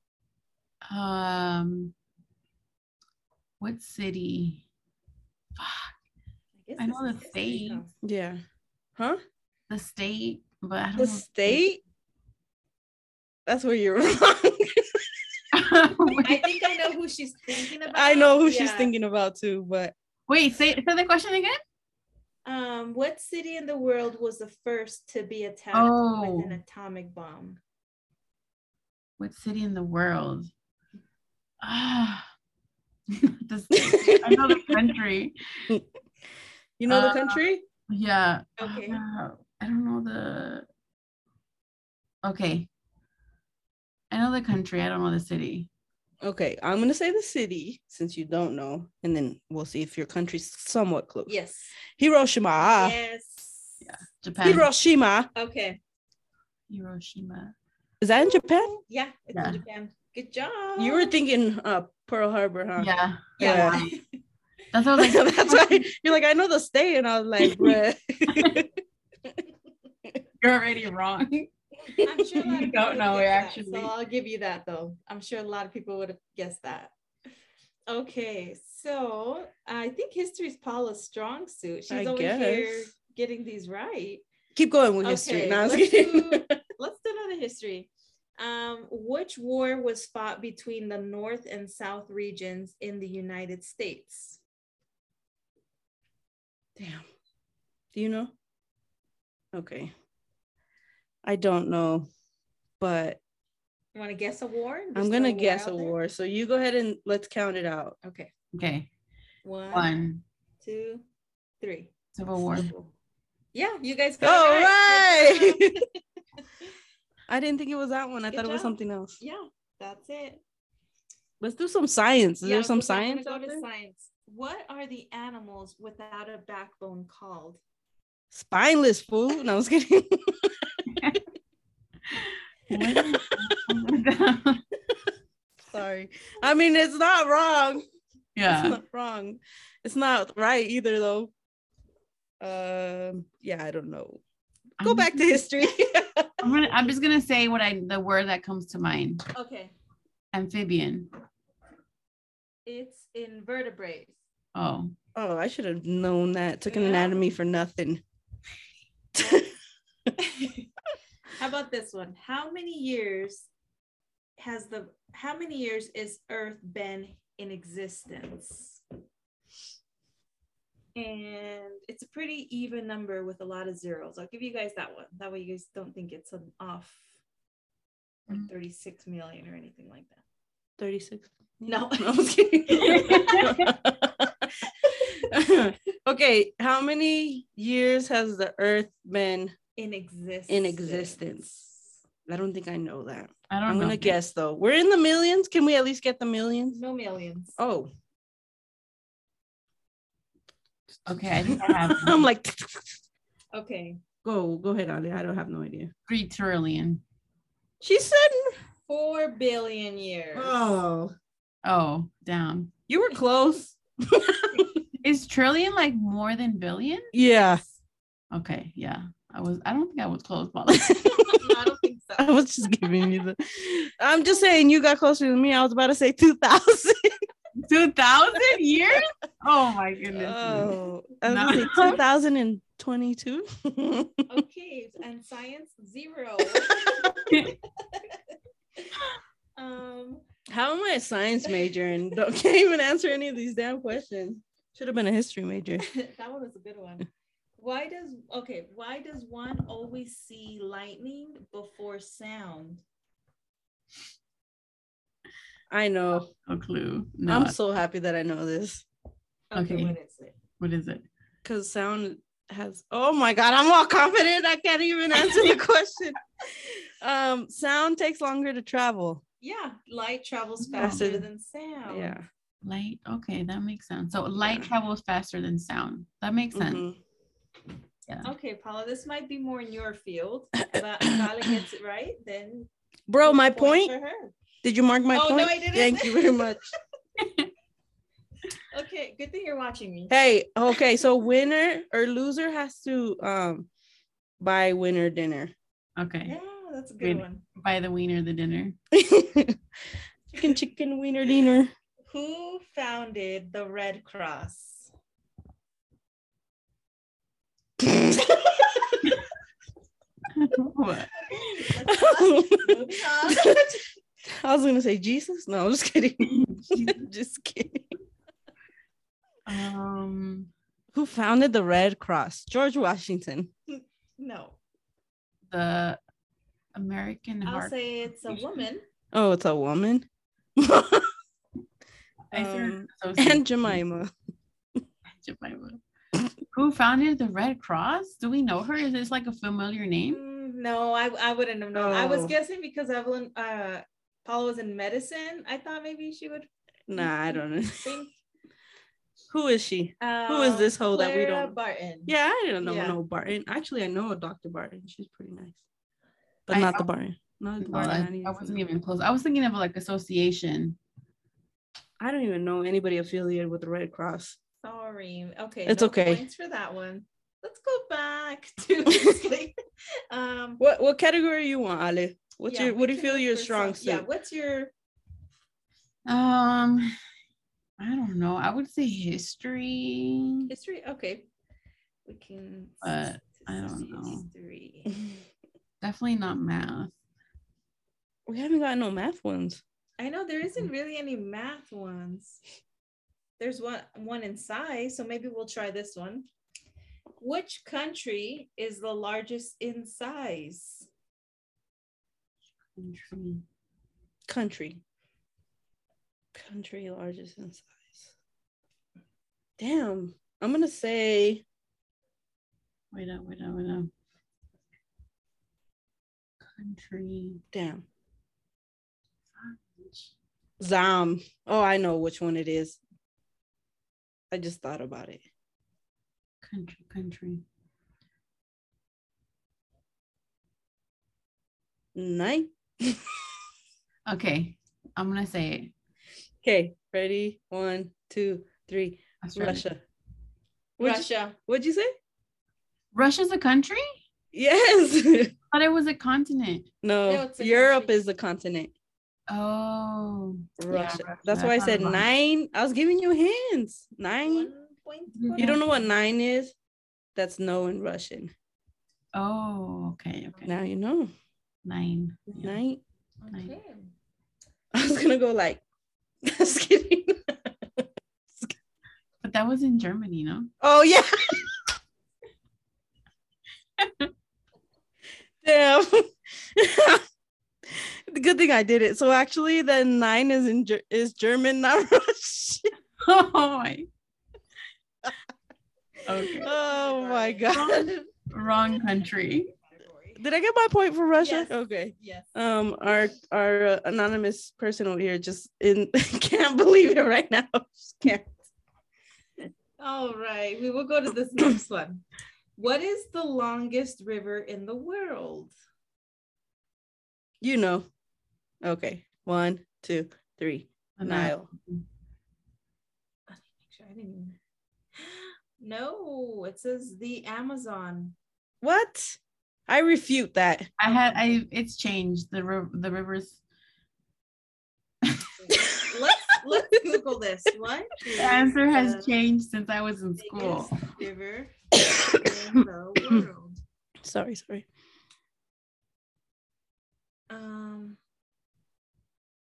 [SPEAKER 1] Um, what city? Fuck,
[SPEAKER 3] guess
[SPEAKER 1] I
[SPEAKER 3] this
[SPEAKER 1] know the
[SPEAKER 3] is history
[SPEAKER 1] state.
[SPEAKER 3] class.
[SPEAKER 2] Yeah. Huh?
[SPEAKER 1] the state, but I don't
[SPEAKER 2] The
[SPEAKER 1] know.
[SPEAKER 2] state? That's where you're wrong.
[SPEAKER 3] I think I know who she's thinking about.
[SPEAKER 2] I know who she's
[SPEAKER 3] Yeah.
[SPEAKER 2] thinking about too, but
[SPEAKER 1] Wait, say, say the question again.
[SPEAKER 3] Um, what city in the world was the first to be attacked with
[SPEAKER 1] Oh.
[SPEAKER 3] an atomic bomb?
[SPEAKER 1] What city in the world? Ah, the state. I know the country.
[SPEAKER 2] you know
[SPEAKER 1] Uh,
[SPEAKER 2] the country?
[SPEAKER 1] Yeah.
[SPEAKER 3] Okay.
[SPEAKER 1] Ah, I don't know the. Okay. I know the country. I don't know the city.
[SPEAKER 2] Okay, I'm gonna say the city since you don't know, and then we'll see if your country's somewhat close.
[SPEAKER 3] Yes.
[SPEAKER 2] Hiroshima. ah,
[SPEAKER 3] yes.
[SPEAKER 1] Yeah. Japan.
[SPEAKER 2] Hiroshima.
[SPEAKER 3] Okay.
[SPEAKER 1] Hiroshima.
[SPEAKER 2] Is that in Japan?
[SPEAKER 3] Yeah, it's
[SPEAKER 1] Yeah.
[SPEAKER 3] in Japan. Good job.
[SPEAKER 2] You were thinking uh Pearl Harbor, huh?
[SPEAKER 1] Yeah.
[SPEAKER 3] yeah.
[SPEAKER 1] That's what I was like.
[SPEAKER 2] That's why you're like, I know the state, and I was like, bruh.
[SPEAKER 1] You're already wrong.
[SPEAKER 3] I'm sure a lot
[SPEAKER 1] You
[SPEAKER 3] of
[SPEAKER 1] don't
[SPEAKER 3] people
[SPEAKER 1] know
[SPEAKER 3] would
[SPEAKER 1] it,
[SPEAKER 3] guess that,
[SPEAKER 1] actually.
[SPEAKER 3] So I'll give you that though. I'm sure a lot of people would have guessed that. Okay, so I think history's Paula's strong suit. She's
[SPEAKER 2] I
[SPEAKER 3] over here
[SPEAKER 2] guess.
[SPEAKER 3] getting these right.
[SPEAKER 2] Keep going with history.
[SPEAKER 3] Okay,
[SPEAKER 2] No, I was
[SPEAKER 3] let's
[SPEAKER 2] kidding.
[SPEAKER 3] do- Let's do another history. Um, which war was fought between the North and South regions in the United States?
[SPEAKER 2] Damn. Do you know? Okay. I don't know, but
[SPEAKER 3] You want to guess a war? There's
[SPEAKER 2] I'm
[SPEAKER 3] no
[SPEAKER 2] gonna guess a
[SPEAKER 3] out there?
[SPEAKER 2] war. So you go ahead and let's count it out.
[SPEAKER 3] Okay.
[SPEAKER 1] Okay.
[SPEAKER 3] One,
[SPEAKER 1] One.
[SPEAKER 3] two, three.
[SPEAKER 1] Civil War.
[SPEAKER 3] Yeah, you guys
[SPEAKER 2] All
[SPEAKER 3] got it right. Good
[SPEAKER 2] right.
[SPEAKER 3] job.
[SPEAKER 2] I didn't think it was that one. I
[SPEAKER 3] Good
[SPEAKER 2] thought it was
[SPEAKER 3] job.
[SPEAKER 2] something else.
[SPEAKER 3] Yeah, that's it.
[SPEAKER 2] Let's do some science. Is
[SPEAKER 3] Yeah,
[SPEAKER 2] there some
[SPEAKER 3] we're not gonna
[SPEAKER 2] science
[SPEAKER 3] go
[SPEAKER 2] out
[SPEAKER 3] to
[SPEAKER 2] there?
[SPEAKER 3] science. What are the animals without a backbone called?
[SPEAKER 2] Spineless food. No, I was kidding.
[SPEAKER 1] What is-
[SPEAKER 2] Sorry. I mean, it's not wrong. It's
[SPEAKER 1] yeah.
[SPEAKER 2] not wrong. It's not right either, though. Um. Yeah, I don't know. Go
[SPEAKER 1] I'm-
[SPEAKER 2] back to history.
[SPEAKER 1] I'm, gonna, I'm just gonna say what I the word that comes to mind.
[SPEAKER 3] Okay,
[SPEAKER 1] Amphibian.
[SPEAKER 3] it's invertebrates.
[SPEAKER 1] Oh.
[SPEAKER 2] oh, I should have known that. Took an
[SPEAKER 3] Yeah.
[SPEAKER 2] anatomy for nothing.
[SPEAKER 3] How about this one? How many years has the how many years is Earth been in existence? And it's a pretty even number with a lot of zeros. I'll give you guys that one. That way you guys don't think it's an off or
[SPEAKER 1] Mm.
[SPEAKER 3] 36 million or anything like that.
[SPEAKER 2] Thirty-six.
[SPEAKER 3] No.
[SPEAKER 2] I was kidding. okay, how many years has the Earth been?
[SPEAKER 3] In existence.
[SPEAKER 2] existence. I don't think I know that.
[SPEAKER 1] I don't
[SPEAKER 2] I'm
[SPEAKER 1] know.
[SPEAKER 2] gonna guess though. We're in the millions. Can we at least get the millions?
[SPEAKER 3] No millions.
[SPEAKER 2] Oh,
[SPEAKER 1] Okay, I think I have
[SPEAKER 2] I'm like,
[SPEAKER 3] Okay.
[SPEAKER 2] go, go ahead, Ali. I don't have no idea.
[SPEAKER 1] three trillion.
[SPEAKER 2] She said,
[SPEAKER 3] Four billion years.
[SPEAKER 2] oh,
[SPEAKER 1] Oh, damn.
[SPEAKER 2] you were close.
[SPEAKER 1] Is trillion like more than billion?
[SPEAKER 2] Yeah,
[SPEAKER 1] Okay, yeah. I was I don't think I was close, but
[SPEAKER 3] No, I don't think so.
[SPEAKER 2] I was just giving you the. I'm just saying you got closer than me. I was about to say two thousand.
[SPEAKER 1] two thousand years? Oh my goodness.
[SPEAKER 2] Oh, two thousand and twenty-two.
[SPEAKER 3] okay and science zero um
[SPEAKER 2] How am I a science major and don't, can't even answer any of these damn questions? Should have been a history major.
[SPEAKER 3] that one was a good one why does okay why does one always see lightning before sound
[SPEAKER 2] I know.
[SPEAKER 1] No clue. No.
[SPEAKER 2] I'm so happy that I know this
[SPEAKER 1] Okay.
[SPEAKER 3] what is it
[SPEAKER 1] what is it?
[SPEAKER 2] because sound has. Oh my god, I'm all confident. I can't even answer the question. Um, sound takes longer to travel.
[SPEAKER 3] yeah light travels
[SPEAKER 1] No.
[SPEAKER 3] faster
[SPEAKER 2] Faster-
[SPEAKER 3] than sound
[SPEAKER 2] Yeah.
[SPEAKER 1] Light. Okay, that makes sense. So light
[SPEAKER 2] Yeah.
[SPEAKER 1] travels faster than sound. That makes sense.
[SPEAKER 2] Mhm.
[SPEAKER 3] okay paula this might be more in your field but if paula gets it right then
[SPEAKER 2] Bro, my
[SPEAKER 3] point
[SPEAKER 2] point.
[SPEAKER 3] for her
[SPEAKER 2] Did you mark my
[SPEAKER 3] Oh, no,
[SPEAKER 2] point?
[SPEAKER 3] I didn't.
[SPEAKER 2] Thank you very much.
[SPEAKER 3] Okay, good thing you're watching me.
[SPEAKER 2] Hey, okay, so winner or loser has to um buy winner dinner.
[SPEAKER 1] Okay.
[SPEAKER 3] Yeah, that's a good
[SPEAKER 1] Really?
[SPEAKER 3] one.
[SPEAKER 1] By the wiener, the dinner.
[SPEAKER 2] chicken chicken wiener dinner.
[SPEAKER 3] Who founded the Red Cross?
[SPEAKER 1] What?
[SPEAKER 3] Let's not- moving on.
[SPEAKER 2] I was gonna say Jesus. No, I'm just kidding. just kidding.
[SPEAKER 1] um,
[SPEAKER 2] Who founded the Red Cross? George Washington.
[SPEAKER 3] No,
[SPEAKER 1] the American
[SPEAKER 3] I'll
[SPEAKER 1] Heart.
[SPEAKER 3] say it's a woman.
[SPEAKER 2] Oh, it's a woman.
[SPEAKER 1] I started
[SPEAKER 2] um,
[SPEAKER 1] associating
[SPEAKER 2] and Jemima.
[SPEAKER 1] Jemima. Who founded the Red Cross? Do we know her? Is this like a familiar name?
[SPEAKER 3] Mm, No, I, I wouldn't have known. I was
[SPEAKER 2] Oh.
[SPEAKER 3] guessing because Evelyn, uh, Paula was in medicine. I thought maybe she would
[SPEAKER 2] Nah, I don't know.
[SPEAKER 3] think.
[SPEAKER 2] Who is she?
[SPEAKER 3] Um,
[SPEAKER 2] is this hoe that we
[SPEAKER 3] Clara
[SPEAKER 2] don't-
[SPEAKER 3] Barton.
[SPEAKER 2] Yeah, I didn't know
[SPEAKER 3] Yeah.
[SPEAKER 2] no Barton. Actually, I know a Dr. Barton. She's pretty nice. But
[SPEAKER 1] I-
[SPEAKER 2] not the Barton. Not the
[SPEAKER 1] No,
[SPEAKER 2] Barton.
[SPEAKER 1] I,
[SPEAKER 2] Mm, I, didn't
[SPEAKER 1] I
[SPEAKER 2] even
[SPEAKER 1] wasn't
[SPEAKER 2] know.
[SPEAKER 1] even close. I was thinking of like association.
[SPEAKER 2] I don't even know anybody affiliated with the Red Cross.
[SPEAKER 3] Sorry. Okay.
[SPEAKER 2] It's
[SPEAKER 3] no
[SPEAKER 2] okay.
[SPEAKER 3] Points for that one. Let's go back to sleep. um.
[SPEAKER 2] What what category you want, Ale? What's
[SPEAKER 3] yeah,
[SPEAKER 2] your
[SPEAKER 3] we
[SPEAKER 2] what do you
[SPEAKER 3] can
[SPEAKER 2] feel
[SPEAKER 3] look
[SPEAKER 2] your
[SPEAKER 3] for
[SPEAKER 2] strong
[SPEAKER 3] some- Yeah.
[SPEAKER 2] suit?
[SPEAKER 3] What's your
[SPEAKER 1] Um, I don't know. I would say history.
[SPEAKER 3] history? Okay. We can.
[SPEAKER 1] But Uh, I don't know.
[SPEAKER 3] History.
[SPEAKER 1] Definitely not math.
[SPEAKER 2] We haven't got no math ones.
[SPEAKER 3] I know there
[SPEAKER 2] Mm-hmm.
[SPEAKER 3] isn't really any math ones. There's one one in Psy, so maybe we'll try this one. Which country is the largest in size?
[SPEAKER 1] Country.
[SPEAKER 2] Country. Country largest in size. Damn. I'm gonna say
[SPEAKER 1] Wait up, wait up, wait up. Country.
[SPEAKER 2] damn. Zam. Oh, I know which one it is. I just thought about it.
[SPEAKER 1] Country, country.
[SPEAKER 2] 9
[SPEAKER 1] Okay, I'm gonna say it.
[SPEAKER 2] Okay, ready? One, two, three.
[SPEAKER 1] Australia.
[SPEAKER 2] Russia. What'd you-
[SPEAKER 3] Russia.
[SPEAKER 2] what'd you say?
[SPEAKER 1] Russia's a country?
[SPEAKER 2] Yes.
[SPEAKER 1] I thought it was a continent.
[SPEAKER 2] no,
[SPEAKER 3] No, it's a
[SPEAKER 2] Europe
[SPEAKER 3] country.
[SPEAKER 2] is the continent.
[SPEAKER 1] Oh, Yeah,
[SPEAKER 2] Russia.
[SPEAKER 1] Russia.
[SPEAKER 2] That's why I said
[SPEAKER 1] Russia.
[SPEAKER 2] nine. I was giving you hints. Nine.
[SPEAKER 3] One point.
[SPEAKER 1] You
[SPEAKER 2] You don't know what nine is? That's no in Russian.
[SPEAKER 1] oh, okay, okay.
[SPEAKER 2] Now you know.
[SPEAKER 1] Nine. Yeah.
[SPEAKER 2] Nine.
[SPEAKER 3] Okay.
[SPEAKER 2] I was gonna go like. Just kidding.
[SPEAKER 1] But that was in Germany, no?
[SPEAKER 2] Oh yeah. Damn. the good thing I did it. So actually, the nine is in Ger- is German, not Russian.
[SPEAKER 1] oh my. Okay.
[SPEAKER 2] Oh my god.
[SPEAKER 1] Wrong country.
[SPEAKER 2] Did I get my point for Russia?
[SPEAKER 3] Yes.
[SPEAKER 2] Okay.
[SPEAKER 3] Yes.
[SPEAKER 2] um our our uh, anonymous person over here just in can't believe it right now Just can't.
[SPEAKER 3] All right. We will go to this next one. What is the longest river in the world?
[SPEAKER 2] you know okay one two three
[SPEAKER 1] And I-
[SPEAKER 2] nile
[SPEAKER 3] Let me make sure I didn't. even- No, it says the Amazon.
[SPEAKER 2] what i refute that
[SPEAKER 1] I had I it's changed the river the rivers.
[SPEAKER 3] Let's let's Google this. What? is
[SPEAKER 1] The answer
[SPEAKER 3] the
[SPEAKER 1] has changed since I was in
[SPEAKER 3] biggest
[SPEAKER 1] school.
[SPEAKER 3] River in the world.
[SPEAKER 2] sorry sorry
[SPEAKER 3] Um,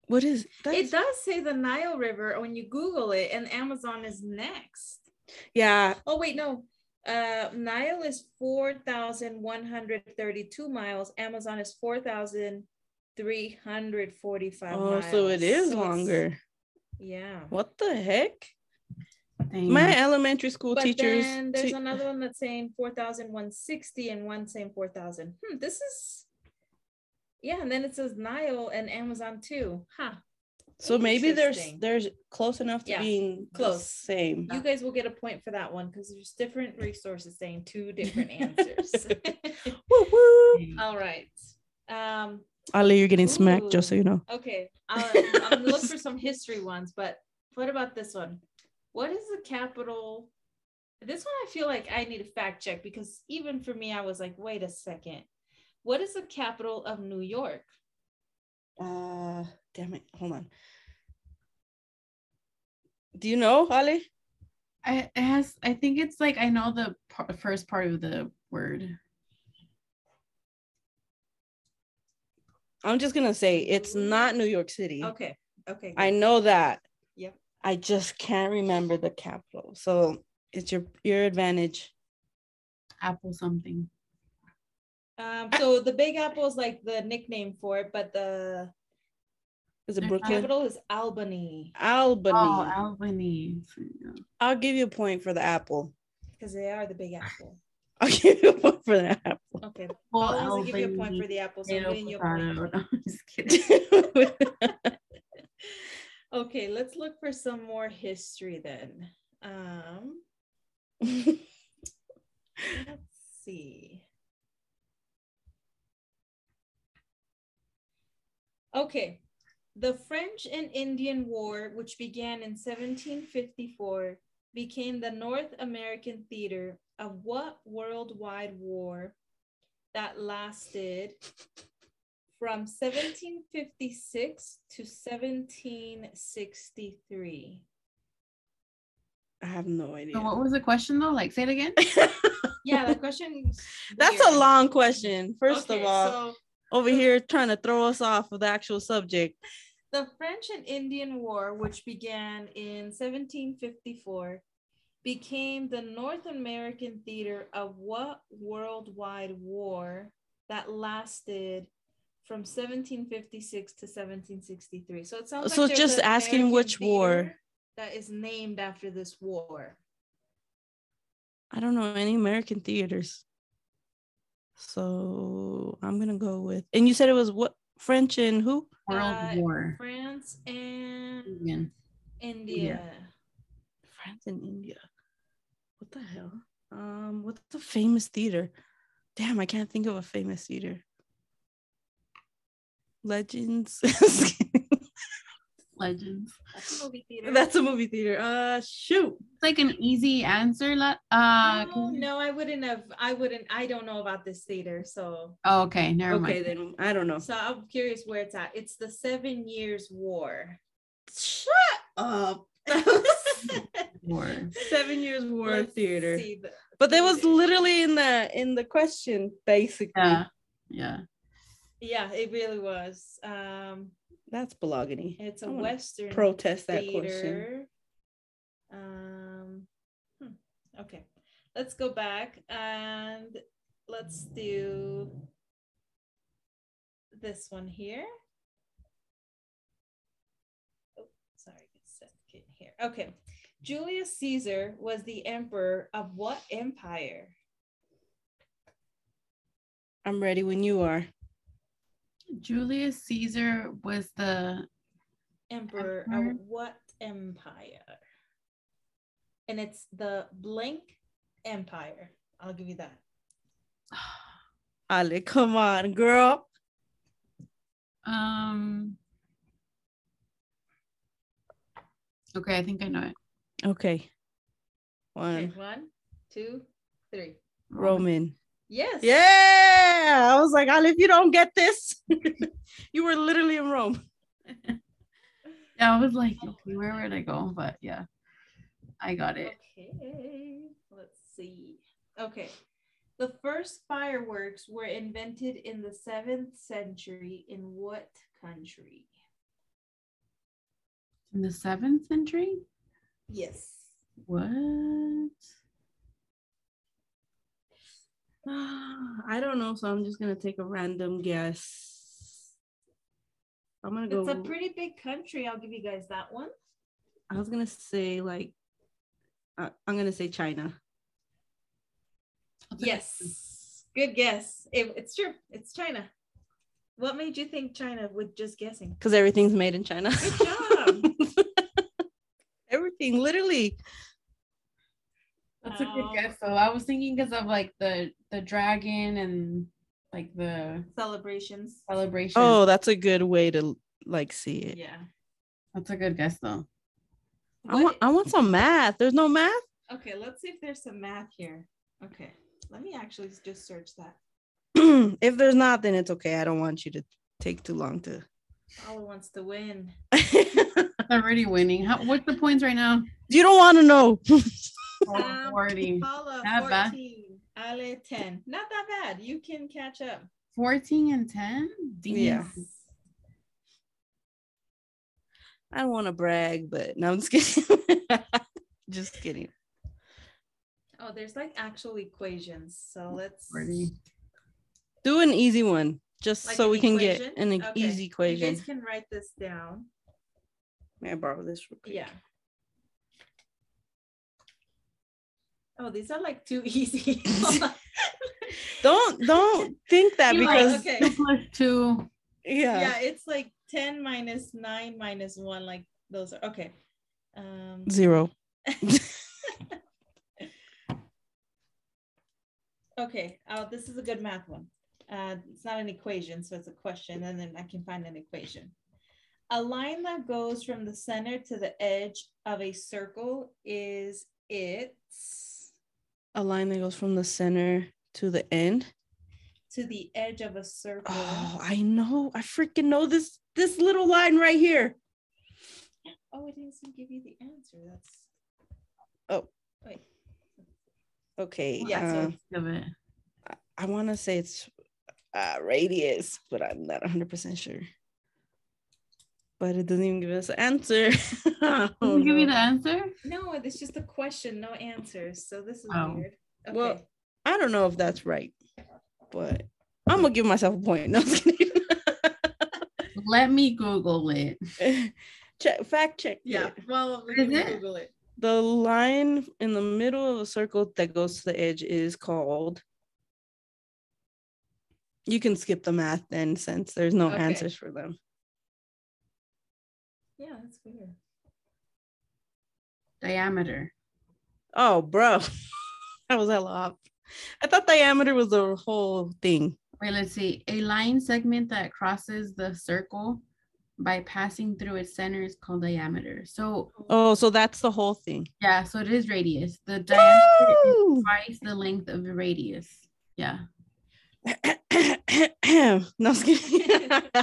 [SPEAKER 2] what is that
[SPEAKER 3] it does say the Nile River when you Google it, and Amazon is next.
[SPEAKER 2] yeah
[SPEAKER 3] Oh wait, no. Uh, Nile is four thousand one hundred thirty-two miles. Amazon is four thousand three hundred forty-five.
[SPEAKER 2] oh so it is longer
[SPEAKER 3] Yeah.
[SPEAKER 2] what the heck
[SPEAKER 1] Dang.
[SPEAKER 2] my elementary school
[SPEAKER 3] Mm. But
[SPEAKER 2] teachers
[SPEAKER 3] then there's
[SPEAKER 2] te-
[SPEAKER 3] another one that's saying 4,160 and one saying 4,000. Hmm, this is, yeah. And then it says Nile and Amazon too. Huh.
[SPEAKER 2] so maybe there's
[SPEAKER 3] Interesting.
[SPEAKER 2] there's close enough to
[SPEAKER 3] Yeah,
[SPEAKER 2] being the
[SPEAKER 3] close.
[SPEAKER 2] same
[SPEAKER 3] You guys will get a point for that one because there's different resources saying two different answers.
[SPEAKER 2] woo, woo.
[SPEAKER 1] Dang.
[SPEAKER 3] All right. Um,
[SPEAKER 2] ali you're getting smacked just so
[SPEAKER 3] Ooh.
[SPEAKER 2] you know
[SPEAKER 3] okay. I'll, I'm gonna look for some history ones, but what about this one? What is the capital? This one I feel like I need to fact check because even for me, I was like, wait a second. What is the capital of New York?
[SPEAKER 2] Uh, damn it. Hold on. Do you know, Ale?
[SPEAKER 1] I, it has, I think it's like, I know the par- first part of the word.
[SPEAKER 2] I'm just gonna say it's not New York City.
[SPEAKER 3] Okay. Okay.
[SPEAKER 2] I know that.
[SPEAKER 3] Yep.
[SPEAKER 2] I just can't remember the capital. So it's your your advantage.
[SPEAKER 1] Apple something.
[SPEAKER 3] Um, so the Big Apple is like the nickname for it, but the
[SPEAKER 2] Is it
[SPEAKER 1] They're
[SPEAKER 2] Brooklyn?
[SPEAKER 3] capital is Albany
[SPEAKER 2] Albany.
[SPEAKER 1] Oh, Albany.
[SPEAKER 2] I'll give you a point for the apple.
[SPEAKER 3] because they are the Big Apple.
[SPEAKER 2] I'll give you a point for the apple.
[SPEAKER 3] Okay.
[SPEAKER 1] Well,
[SPEAKER 3] I always give you a point
[SPEAKER 1] Albany,
[SPEAKER 3] for the apple. So I'm
[SPEAKER 1] potato,
[SPEAKER 3] getting you a point.
[SPEAKER 1] potato. No, I'm just kidding.
[SPEAKER 3] Okay, let's look for some more history then. Um, let's see. Okay, the French and Indian War, which began in 1754, became the North American theater of what worldwide war that lasted from 1756 to 1763?
[SPEAKER 2] I have no idea.
[SPEAKER 1] So what was the question though? Like, say it again.
[SPEAKER 3] Yeah, the question.
[SPEAKER 2] That's a long question. First
[SPEAKER 3] Okay,
[SPEAKER 2] of all,
[SPEAKER 3] so
[SPEAKER 2] over here trying to throw us off of the actual subject.
[SPEAKER 3] the French and Indian War, which began in 1754, became the North American theater of what worldwide war that lasted from 1756 to 1763? So it sounds
[SPEAKER 2] So
[SPEAKER 3] like
[SPEAKER 2] it's
[SPEAKER 3] there's
[SPEAKER 2] just
[SPEAKER 3] an
[SPEAKER 2] asking
[SPEAKER 3] American
[SPEAKER 2] which war.
[SPEAKER 3] theater that is named after this war.
[SPEAKER 2] I don't know any American theaters. So I'm gonna go with and you said it was what French and who?
[SPEAKER 1] World
[SPEAKER 3] Uh,
[SPEAKER 1] War.
[SPEAKER 3] France and
[SPEAKER 1] Again.
[SPEAKER 3] India.
[SPEAKER 2] France and India. What the hell? Um, what's the famous theater? Damn, I can't think of a famous theater. Legends.
[SPEAKER 1] Legends.
[SPEAKER 3] That's a movie theater.
[SPEAKER 2] That's a movie theater. Uh shoot.
[SPEAKER 1] It's like an easy answer. la- Uh, can
[SPEAKER 3] no,
[SPEAKER 1] you-
[SPEAKER 3] Oh, no, I wouldn't have. I wouldn't. I don't know about this theater, so
[SPEAKER 1] Oh, okay, never
[SPEAKER 2] Okay,
[SPEAKER 1] mind.
[SPEAKER 2] then I don't know.
[SPEAKER 3] so I'm curious where it's at. It's the Seven Years' War.
[SPEAKER 2] Shut up.
[SPEAKER 1] War.
[SPEAKER 2] Seven Years War
[SPEAKER 3] Let's
[SPEAKER 2] Theater.
[SPEAKER 3] see the-
[SPEAKER 2] But that was
[SPEAKER 3] theater.
[SPEAKER 2] literally in the in the question, basically.
[SPEAKER 1] Yeah, yeah.
[SPEAKER 3] yeah, it really was. Um,
[SPEAKER 2] That's Bologna.
[SPEAKER 3] it's
[SPEAKER 2] I
[SPEAKER 3] a
[SPEAKER 2] wanna
[SPEAKER 3] Western
[SPEAKER 2] Protest that question.
[SPEAKER 3] theater. Um, hmm, okay, let's go back and let's do this one here. Oh, sorry, it's set kid here. Okay, Julius Caesar was the emperor of what empire?
[SPEAKER 2] I'm ready when you are.
[SPEAKER 1] Julius Caesar was the
[SPEAKER 3] Emperor
[SPEAKER 1] Emperor.
[SPEAKER 3] of what empire? And it's the blank empire. I'll give you that.
[SPEAKER 2] Ali, come on, girl.
[SPEAKER 1] um. Okay, I think I know it.
[SPEAKER 2] Okay. One
[SPEAKER 3] Okay, one, two, three.
[SPEAKER 2] Roman.
[SPEAKER 3] Yes.
[SPEAKER 2] Yeah. I was like, Ali, if you don't get this, you were literally in Rome.
[SPEAKER 1] Yeah, I was like, okay, where would I go? But yeah, I got it.
[SPEAKER 3] Okay. Let's see. Okay. The first fireworks were invented in the seventh century in what country?
[SPEAKER 1] In the seventh century?
[SPEAKER 3] Yes.
[SPEAKER 1] What?
[SPEAKER 2] I don't know, so I'm just gonna take a random guess. I'm gonna go.
[SPEAKER 3] It's a pretty big country. I'll give you guys that one.
[SPEAKER 2] I was gonna say like, uh, I'm gonna say China.
[SPEAKER 3] Yes. Good guess. It- it's true. It's China. What made you think China with just guessing?
[SPEAKER 2] because everything's made in China.
[SPEAKER 3] Good job.
[SPEAKER 2] Everything, literally.
[SPEAKER 1] That's a good
[SPEAKER 3] Um,
[SPEAKER 1] guess. though. I was thinking because of like the the dragon and like the
[SPEAKER 3] Celebrations.
[SPEAKER 1] celebration.
[SPEAKER 2] Oh, that's a good way to like see it.
[SPEAKER 3] Yeah.
[SPEAKER 1] that's a good guess though.
[SPEAKER 2] I want, I want some math. There's no math.
[SPEAKER 3] Okay, let's see if there's some math here. Okay, let me actually just search that.
[SPEAKER 2] if there's not, then it's okay. I don't want you to take too long to.
[SPEAKER 3] Paula wants to win.
[SPEAKER 2] you
[SPEAKER 1] Already winning. How, what's the points right now?
[SPEAKER 2] don't want to know.
[SPEAKER 1] Oh,
[SPEAKER 3] Um,
[SPEAKER 1] Lordy.
[SPEAKER 3] Paula,
[SPEAKER 1] Not bad.
[SPEAKER 3] 14. Ale, 10. Not that bad. You can catch up.
[SPEAKER 1] 14 and 10?
[SPEAKER 2] Yeah. I don't want to brag, but no, I'm just kidding. just kidding.
[SPEAKER 3] Oh, there's like actual equations. So let's.
[SPEAKER 1] Lordy.
[SPEAKER 2] Do an easy one just
[SPEAKER 3] Like
[SPEAKER 2] so
[SPEAKER 3] an
[SPEAKER 2] we can get
[SPEAKER 3] equation?
[SPEAKER 2] an e-
[SPEAKER 3] Okay.
[SPEAKER 2] easy equation.
[SPEAKER 3] You guys can write this down.
[SPEAKER 2] May I borrow this? real quick?
[SPEAKER 3] Yeah. Oh, these are like too easy. Hold on.
[SPEAKER 2] Don't don't think that
[SPEAKER 1] You're
[SPEAKER 2] because
[SPEAKER 1] right, Two plus two.
[SPEAKER 2] yeah.
[SPEAKER 3] yeah, it's like 10 minus 9 minus 1. Like those are okay. Um,
[SPEAKER 2] zero.
[SPEAKER 3] okay. Oh, this is a good math one. Uh, it's not an equation, so it's a question, and then I can find an equation. A line that goes from the center to the edge of a circle is its
[SPEAKER 2] A line that goes from the center to the end.
[SPEAKER 3] to the edge of a circle.
[SPEAKER 2] Oh, I know. I freaking know this this little line right here.
[SPEAKER 3] Oh, it doesn't give you the answer. That's
[SPEAKER 2] Oh.
[SPEAKER 3] wait.
[SPEAKER 2] Okay.
[SPEAKER 3] Yeah, so
[SPEAKER 2] uh,
[SPEAKER 3] it's-
[SPEAKER 1] Of it.
[SPEAKER 2] I want to say it's uh, radius, but I'm not 100% sure. But it doesn't even give us an answer. Oh, I
[SPEAKER 1] Can
[SPEAKER 2] don't
[SPEAKER 1] you give me
[SPEAKER 2] know.
[SPEAKER 1] the answer?
[SPEAKER 3] No, it's just a question, no answers. So this is
[SPEAKER 1] Oh.
[SPEAKER 3] weird. Okay.
[SPEAKER 2] Well- I don't know if that's right, but I'm going to give myself a point. No, I'm just
[SPEAKER 1] Let me Google it.
[SPEAKER 2] kidding. check, fact check.
[SPEAKER 3] yeah.
[SPEAKER 2] it.
[SPEAKER 3] Well,
[SPEAKER 1] Is
[SPEAKER 3] we
[SPEAKER 1] it?
[SPEAKER 3] Google it.
[SPEAKER 2] The line in the middle of a circle that goes to the edge is called. You can skip the math then, since there's no
[SPEAKER 3] Okay.
[SPEAKER 2] answers for them.
[SPEAKER 3] Yeah, that's weird.
[SPEAKER 1] Diameter.
[SPEAKER 2] Oh, bro. I was hella off. I thought diameter was the whole thing.
[SPEAKER 1] Wait, let's see. A line segment that crosses the circle by passing through its center is called diameter. So,
[SPEAKER 2] Oh, so that's the whole thing.
[SPEAKER 1] yeah, so it is radius. The diameter is
[SPEAKER 2] Woo!
[SPEAKER 1] twice the length of the radius. Yeah.
[SPEAKER 2] no, I'm just kidding.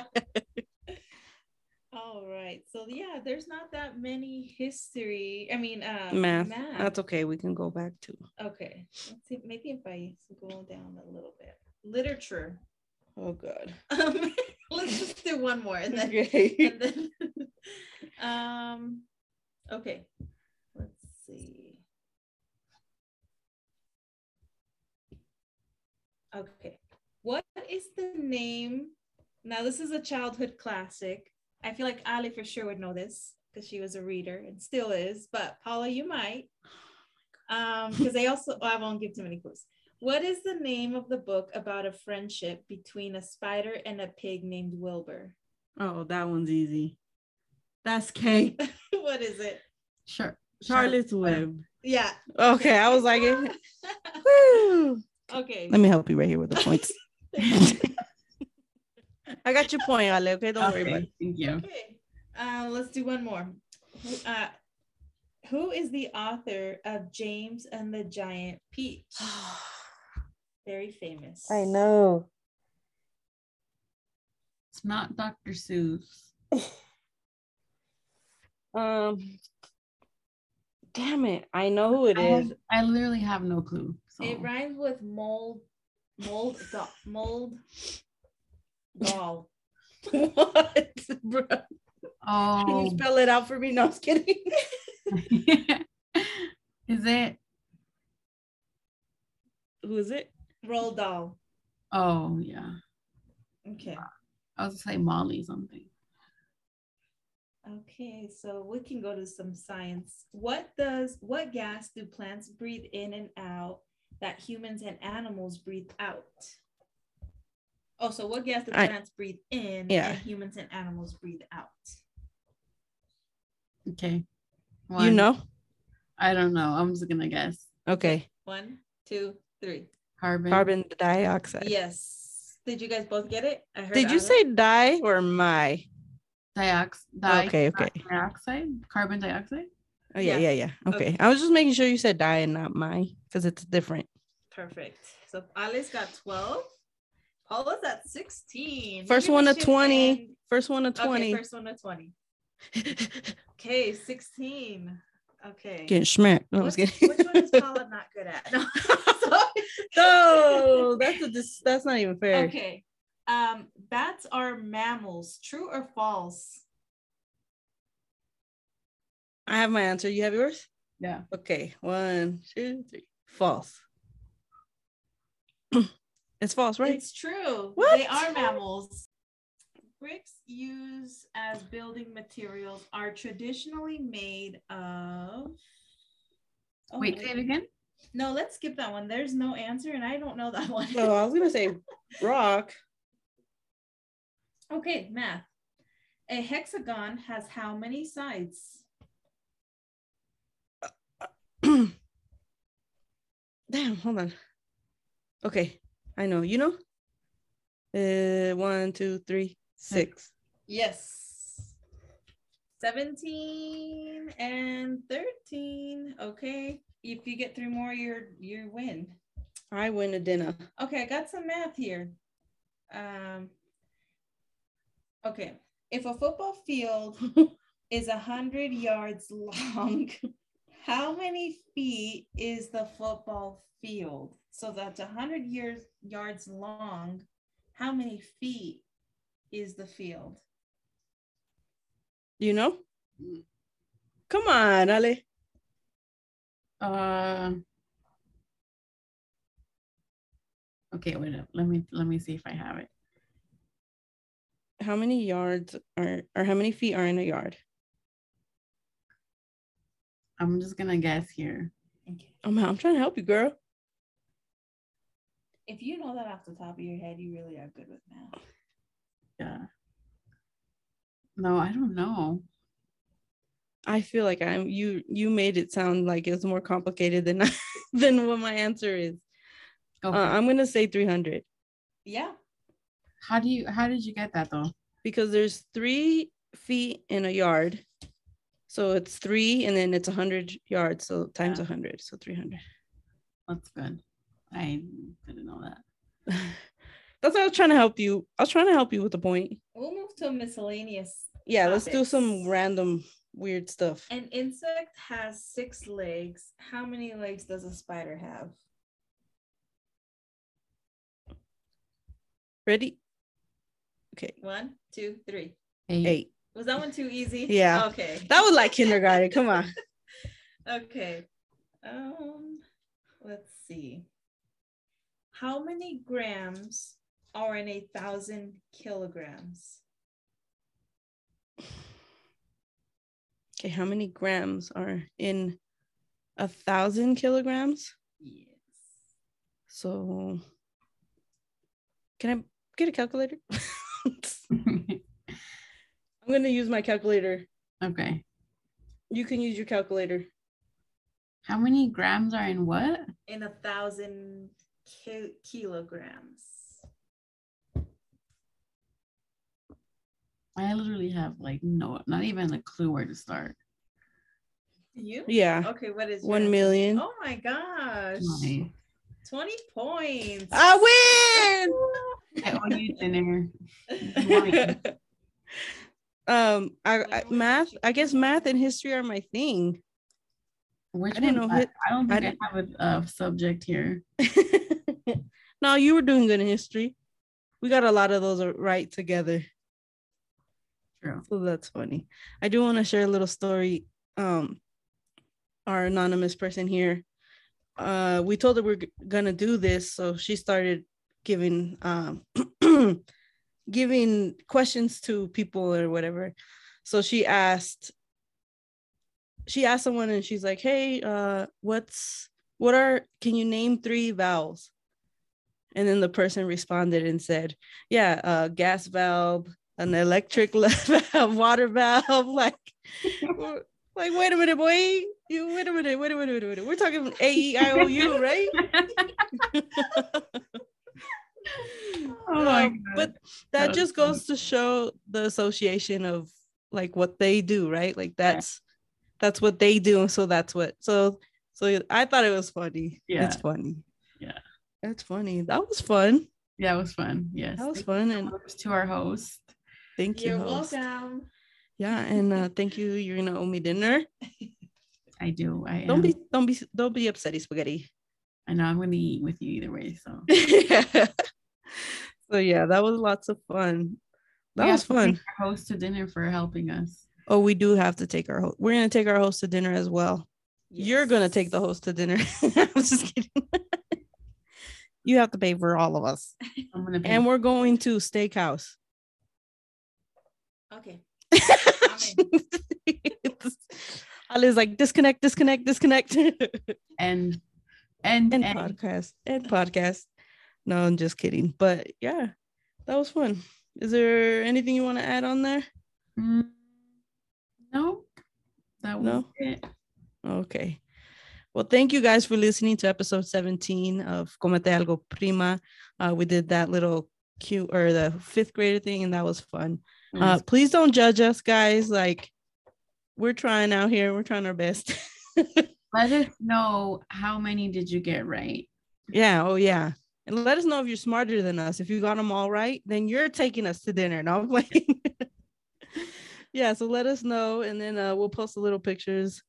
[SPEAKER 3] All right. So yeah, there's not that many history. I mean, uh,
[SPEAKER 2] math. That's okay. We can go back to.
[SPEAKER 3] okay. Let's see. Maybe if I go down a little bit, literature.
[SPEAKER 2] Oh, God.
[SPEAKER 3] Um, let's just do one more, and then,
[SPEAKER 2] Okay.
[SPEAKER 3] and then um, okay. Let's see. Okay. What is the name? Now, this is a childhood classic. I feel like Ali for sure would know this because she was a reader and still is, but Paula, you might. Um, because they also, oh, I won't give too many clues. What is the name of the book about a friendship between a spider and a pig named Wilbur?
[SPEAKER 2] Oh, that one's easy. That's Kate.
[SPEAKER 3] what is it?
[SPEAKER 1] Sure.
[SPEAKER 2] Charlotte's Web.
[SPEAKER 3] Yeah.
[SPEAKER 2] Okay. I was like, woo.
[SPEAKER 3] okay.
[SPEAKER 2] let me help you right here with the points. I got your point, Ale. Okay. Don't worry
[SPEAKER 1] Okay,
[SPEAKER 2] about it.
[SPEAKER 1] Thank you.
[SPEAKER 3] Okay. Uh, let's do one more. Who- Uh, who is the author of James and the Giant Peach? Very famous.
[SPEAKER 2] know.
[SPEAKER 1] It's not Dr. Seuss.
[SPEAKER 2] Um, damn it! I know who it
[SPEAKER 1] I,
[SPEAKER 2] is.
[SPEAKER 1] have- I literally have no clue. So.
[SPEAKER 2] Oh.
[SPEAKER 3] It rhymes with mold, mold, do- mold, doll.
[SPEAKER 2] what, bro? Can you
[SPEAKER 1] Oh.
[SPEAKER 2] spell it out for me? No, I'm kidding.
[SPEAKER 1] is it?
[SPEAKER 2] who is it?
[SPEAKER 3] Roll doll.
[SPEAKER 1] Oh, yeah.
[SPEAKER 3] Okay.
[SPEAKER 1] I was gonna say Molly something.
[SPEAKER 3] Okay, so we can go to some science. What does what gas do plants breathe in and out that humans and animals breathe out? Oh, so what gas do
[SPEAKER 2] I-
[SPEAKER 3] plants breathe in
[SPEAKER 2] Yeah.
[SPEAKER 3] and humans and animals breathe out?
[SPEAKER 1] Okay.
[SPEAKER 2] You
[SPEAKER 1] One.
[SPEAKER 2] know?
[SPEAKER 1] I don't know. I'm just gonna guess.
[SPEAKER 2] Okay,
[SPEAKER 3] One, two, three.
[SPEAKER 1] Carbon.
[SPEAKER 2] carbon dioxide.
[SPEAKER 3] Yes. Did you guys both get it? I heard
[SPEAKER 2] Did you
[SPEAKER 3] Anna.
[SPEAKER 2] say die or my?
[SPEAKER 1] Diox- di-
[SPEAKER 2] Okay, okay.
[SPEAKER 1] Dioxide. Carbon dioxide.
[SPEAKER 2] Oh yeah, yeah,
[SPEAKER 3] Yeah.
[SPEAKER 2] yeah. Okay.
[SPEAKER 3] Okay.
[SPEAKER 2] I was just making sure you said die and not my because it's different.
[SPEAKER 3] Perfect. So Alice got 12. Paula's at 16.
[SPEAKER 2] First
[SPEAKER 3] Maybe we
[SPEAKER 2] one to
[SPEAKER 3] should
[SPEAKER 2] 20.
[SPEAKER 3] end-
[SPEAKER 2] First one to
[SPEAKER 3] Okay,
[SPEAKER 2] twenty.
[SPEAKER 3] first one to 20. Okay, 16. Okay.
[SPEAKER 2] Getting smacked. No, I was
[SPEAKER 3] What's-
[SPEAKER 2] kidding.
[SPEAKER 3] Which one is Paula not good at? No. Sorry.
[SPEAKER 2] no, that's a dis- that's not even fair.
[SPEAKER 3] Okay. Um, bats are mammals. True or false?
[SPEAKER 2] I have my answer. You have yours?
[SPEAKER 1] Yeah.
[SPEAKER 2] Okay. One, two, three. False. it's false, right?
[SPEAKER 3] It's true.
[SPEAKER 2] What?
[SPEAKER 3] They are mammals. Bricks used as building materials are traditionally made of. Oh
[SPEAKER 1] Wait,
[SPEAKER 3] my-
[SPEAKER 1] say it again.
[SPEAKER 3] No, let's skip that one. There's no answer, and I don't know that one.
[SPEAKER 2] so Oh, I was gonna say rock.
[SPEAKER 3] okay, math. A hexagon has how many sides?
[SPEAKER 2] Damn, hold on. Okay, I know. You know? Uh, one, two, three, six.
[SPEAKER 3] Yes. 17 and 13. Okay. If you get three more, you're you win.
[SPEAKER 2] I win a dinner.
[SPEAKER 3] Okay, I got some math here. Um, okay, if a football field is a hundred yards long, how many feet is the football field? So that's a hundred years yards long. How many feet is the field?
[SPEAKER 2] You know?
[SPEAKER 1] Mm.
[SPEAKER 2] Come on, Ale.
[SPEAKER 1] Uh, okay, wait up. Let me let me see if I have it.
[SPEAKER 2] How many yards are or how many feet are in a yard?
[SPEAKER 1] I'm just gonna guess here.
[SPEAKER 3] Okay.
[SPEAKER 2] I'm, I'm trying to help you, girl.
[SPEAKER 3] If you know that off the top of your head, you really are good with math.
[SPEAKER 1] Yeah. No, I don't know.
[SPEAKER 2] I feel like I'm you you made it sound like it's more complicated than than what my answer is.
[SPEAKER 1] Go
[SPEAKER 2] Uh,
[SPEAKER 1] for it.
[SPEAKER 2] I'm gonna say 300
[SPEAKER 3] Yeah.
[SPEAKER 1] How do you how did you get that though?
[SPEAKER 2] because there's three feet in a yard, so it's three, and then it's 100 yards, so times
[SPEAKER 1] Yeah.
[SPEAKER 2] 100, so 300.
[SPEAKER 1] That's good. I didn't know that.
[SPEAKER 2] That's why I was trying to help you. I was trying to help you with the point.
[SPEAKER 3] We'll move to a miscellaneous
[SPEAKER 2] Yeah, let's do some
[SPEAKER 3] Topics.
[SPEAKER 2] random weird stuff.
[SPEAKER 3] An insect has six legs. How many legs does a spider have?
[SPEAKER 2] Ready? Okay,
[SPEAKER 3] One, two, three.
[SPEAKER 1] Eight.
[SPEAKER 2] eight.
[SPEAKER 3] Was that one too easy?
[SPEAKER 2] Yeah.
[SPEAKER 3] Okay.
[SPEAKER 2] That was like kindergarten. Come on.
[SPEAKER 3] Okay. Um, let's see. How many grams are in a thousand kilograms?
[SPEAKER 2] Okay, how many grams are in a thousand kilograms?
[SPEAKER 3] Yes.
[SPEAKER 2] So, can I get a calculator? I'm gonna use my calculator.
[SPEAKER 1] okay.
[SPEAKER 2] You can use your calculator.
[SPEAKER 1] How many grams are in what?
[SPEAKER 3] In a thousand ki- kilograms.
[SPEAKER 1] I literally have like no not even a clue where to start.
[SPEAKER 3] You?
[SPEAKER 2] Yeah,
[SPEAKER 3] Okay, what is your
[SPEAKER 2] one
[SPEAKER 3] answer?
[SPEAKER 2] million.
[SPEAKER 3] Oh my gosh.
[SPEAKER 1] My-
[SPEAKER 3] 20 points.
[SPEAKER 2] Ah, I
[SPEAKER 1] I owe you dinner.
[SPEAKER 2] win. um, I,
[SPEAKER 3] Like,
[SPEAKER 2] I
[SPEAKER 3] what did
[SPEAKER 2] math.
[SPEAKER 3] you
[SPEAKER 2] I guess math and history are my thing.
[SPEAKER 1] Which
[SPEAKER 2] I didn't
[SPEAKER 1] one
[SPEAKER 2] know
[SPEAKER 1] is
[SPEAKER 2] hit-
[SPEAKER 1] that? I don't
[SPEAKER 2] I
[SPEAKER 1] think I, have a uh, subject here.
[SPEAKER 2] no, you were doing good in history. We got a lot of those right together.
[SPEAKER 1] True.
[SPEAKER 2] So that's funny. I do want to share a little story. Um, our anonymous person here, uh, we told her we're g- gonna do this, so she started giving um, giving questions to people or whatever. So she asked, she asked someone, and she's like, "Hey, uh, what's what are can you name three vowels?" And then the person responded and said, "Yeah, uh, gas valve." an electric le- valve, water valve. Like, we're- like, wait a minute, boy. You wait a minute, wait a minute, wait a minute. We're talking A E I O U, right?
[SPEAKER 1] Oh my
[SPEAKER 2] Um, But
[SPEAKER 1] God. That
[SPEAKER 2] that just
[SPEAKER 1] was
[SPEAKER 2] goes to show the association of like what they do, right? Like that's that's what they do. So that's what. So so I thought it was funny.
[SPEAKER 1] Yeah.
[SPEAKER 2] It's funny.
[SPEAKER 1] Yeah.
[SPEAKER 2] That's funny. That was fun.
[SPEAKER 1] Yeah, it was fun. Yes.
[SPEAKER 2] That was
[SPEAKER 1] Thank
[SPEAKER 2] fun.
[SPEAKER 1] you so
[SPEAKER 2] And
[SPEAKER 1] much to our host.
[SPEAKER 2] thank you.
[SPEAKER 3] You're
[SPEAKER 2] host.
[SPEAKER 3] welcome.
[SPEAKER 2] Yeah, and uh, thank you. You're gonna owe me dinner.
[SPEAKER 1] I do. I
[SPEAKER 2] Don't
[SPEAKER 1] am.
[SPEAKER 2] be don't be don't be upsetty spaghetti.
[SPEAKER 1] I know I'm gonna eat with you either way. So
[SPEAKER 2] so yeah, that was lots of fun. That
[SPEAKER 1] We
[SPEAKER 2] was
[SPEAKER 1] have to thank
[SPEAKER 2] fun.
[SPEAKER 1] Our host to dinner for helping us.
[SPEAKER 2] Oh, we do have to take our host. We're gonna take our host to dinner as well. You're gonna take the host to dinner. I'm just kidding. you have to pay for all of us.
[SPEAKER 1] I'm gonna. Pay
[SPEAKER 2] And we're going to steakhouse.
[SPEAKER 3] Okay.
[SPEAKER 2] Ali's like disconnect, disconnect, disconnect.
[SPEAKER 1] and and
[SPEAKER 2] and
[SPEAKER 1] and
[SPEAKER 2] podcast and podcast no i'm just kidding but yeah that was fun is there anything you want to add on there
[SPEAKER 1] Mm, no, that was
[SPEAKER 2] No?
[SPEAKER 1] it.
[SPEAKER 2] okay well thank you guys for listening to episode 17 of comete algo prima uh, we did that little cute or the fifth grader thing and that was fun uh, please don't judge us guys like we're trying out here we're trying our best
[SPEAKER 1] Let us know how many did you get right.
[SPEAKER 2] yeah oh yeah and let us know if you're smarter than us if you got them all right then you're taking us to dinner no i'm playing yeah so let us know and then uh, we'll post a little pictures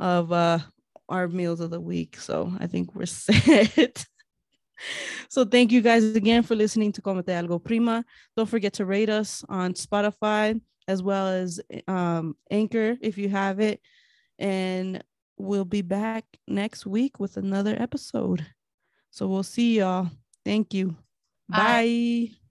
[SPEAKER 2] of uh, our meals of the week so i think we're set so thank you guys again for listening to comete algo prima don't forget to rate us on spotify as well as um, anchor if you have it and we'll be back next week with another episode so we'll see y'all thank you
[SPEAKER 1] Bye.
[SPEAKER 2] bye.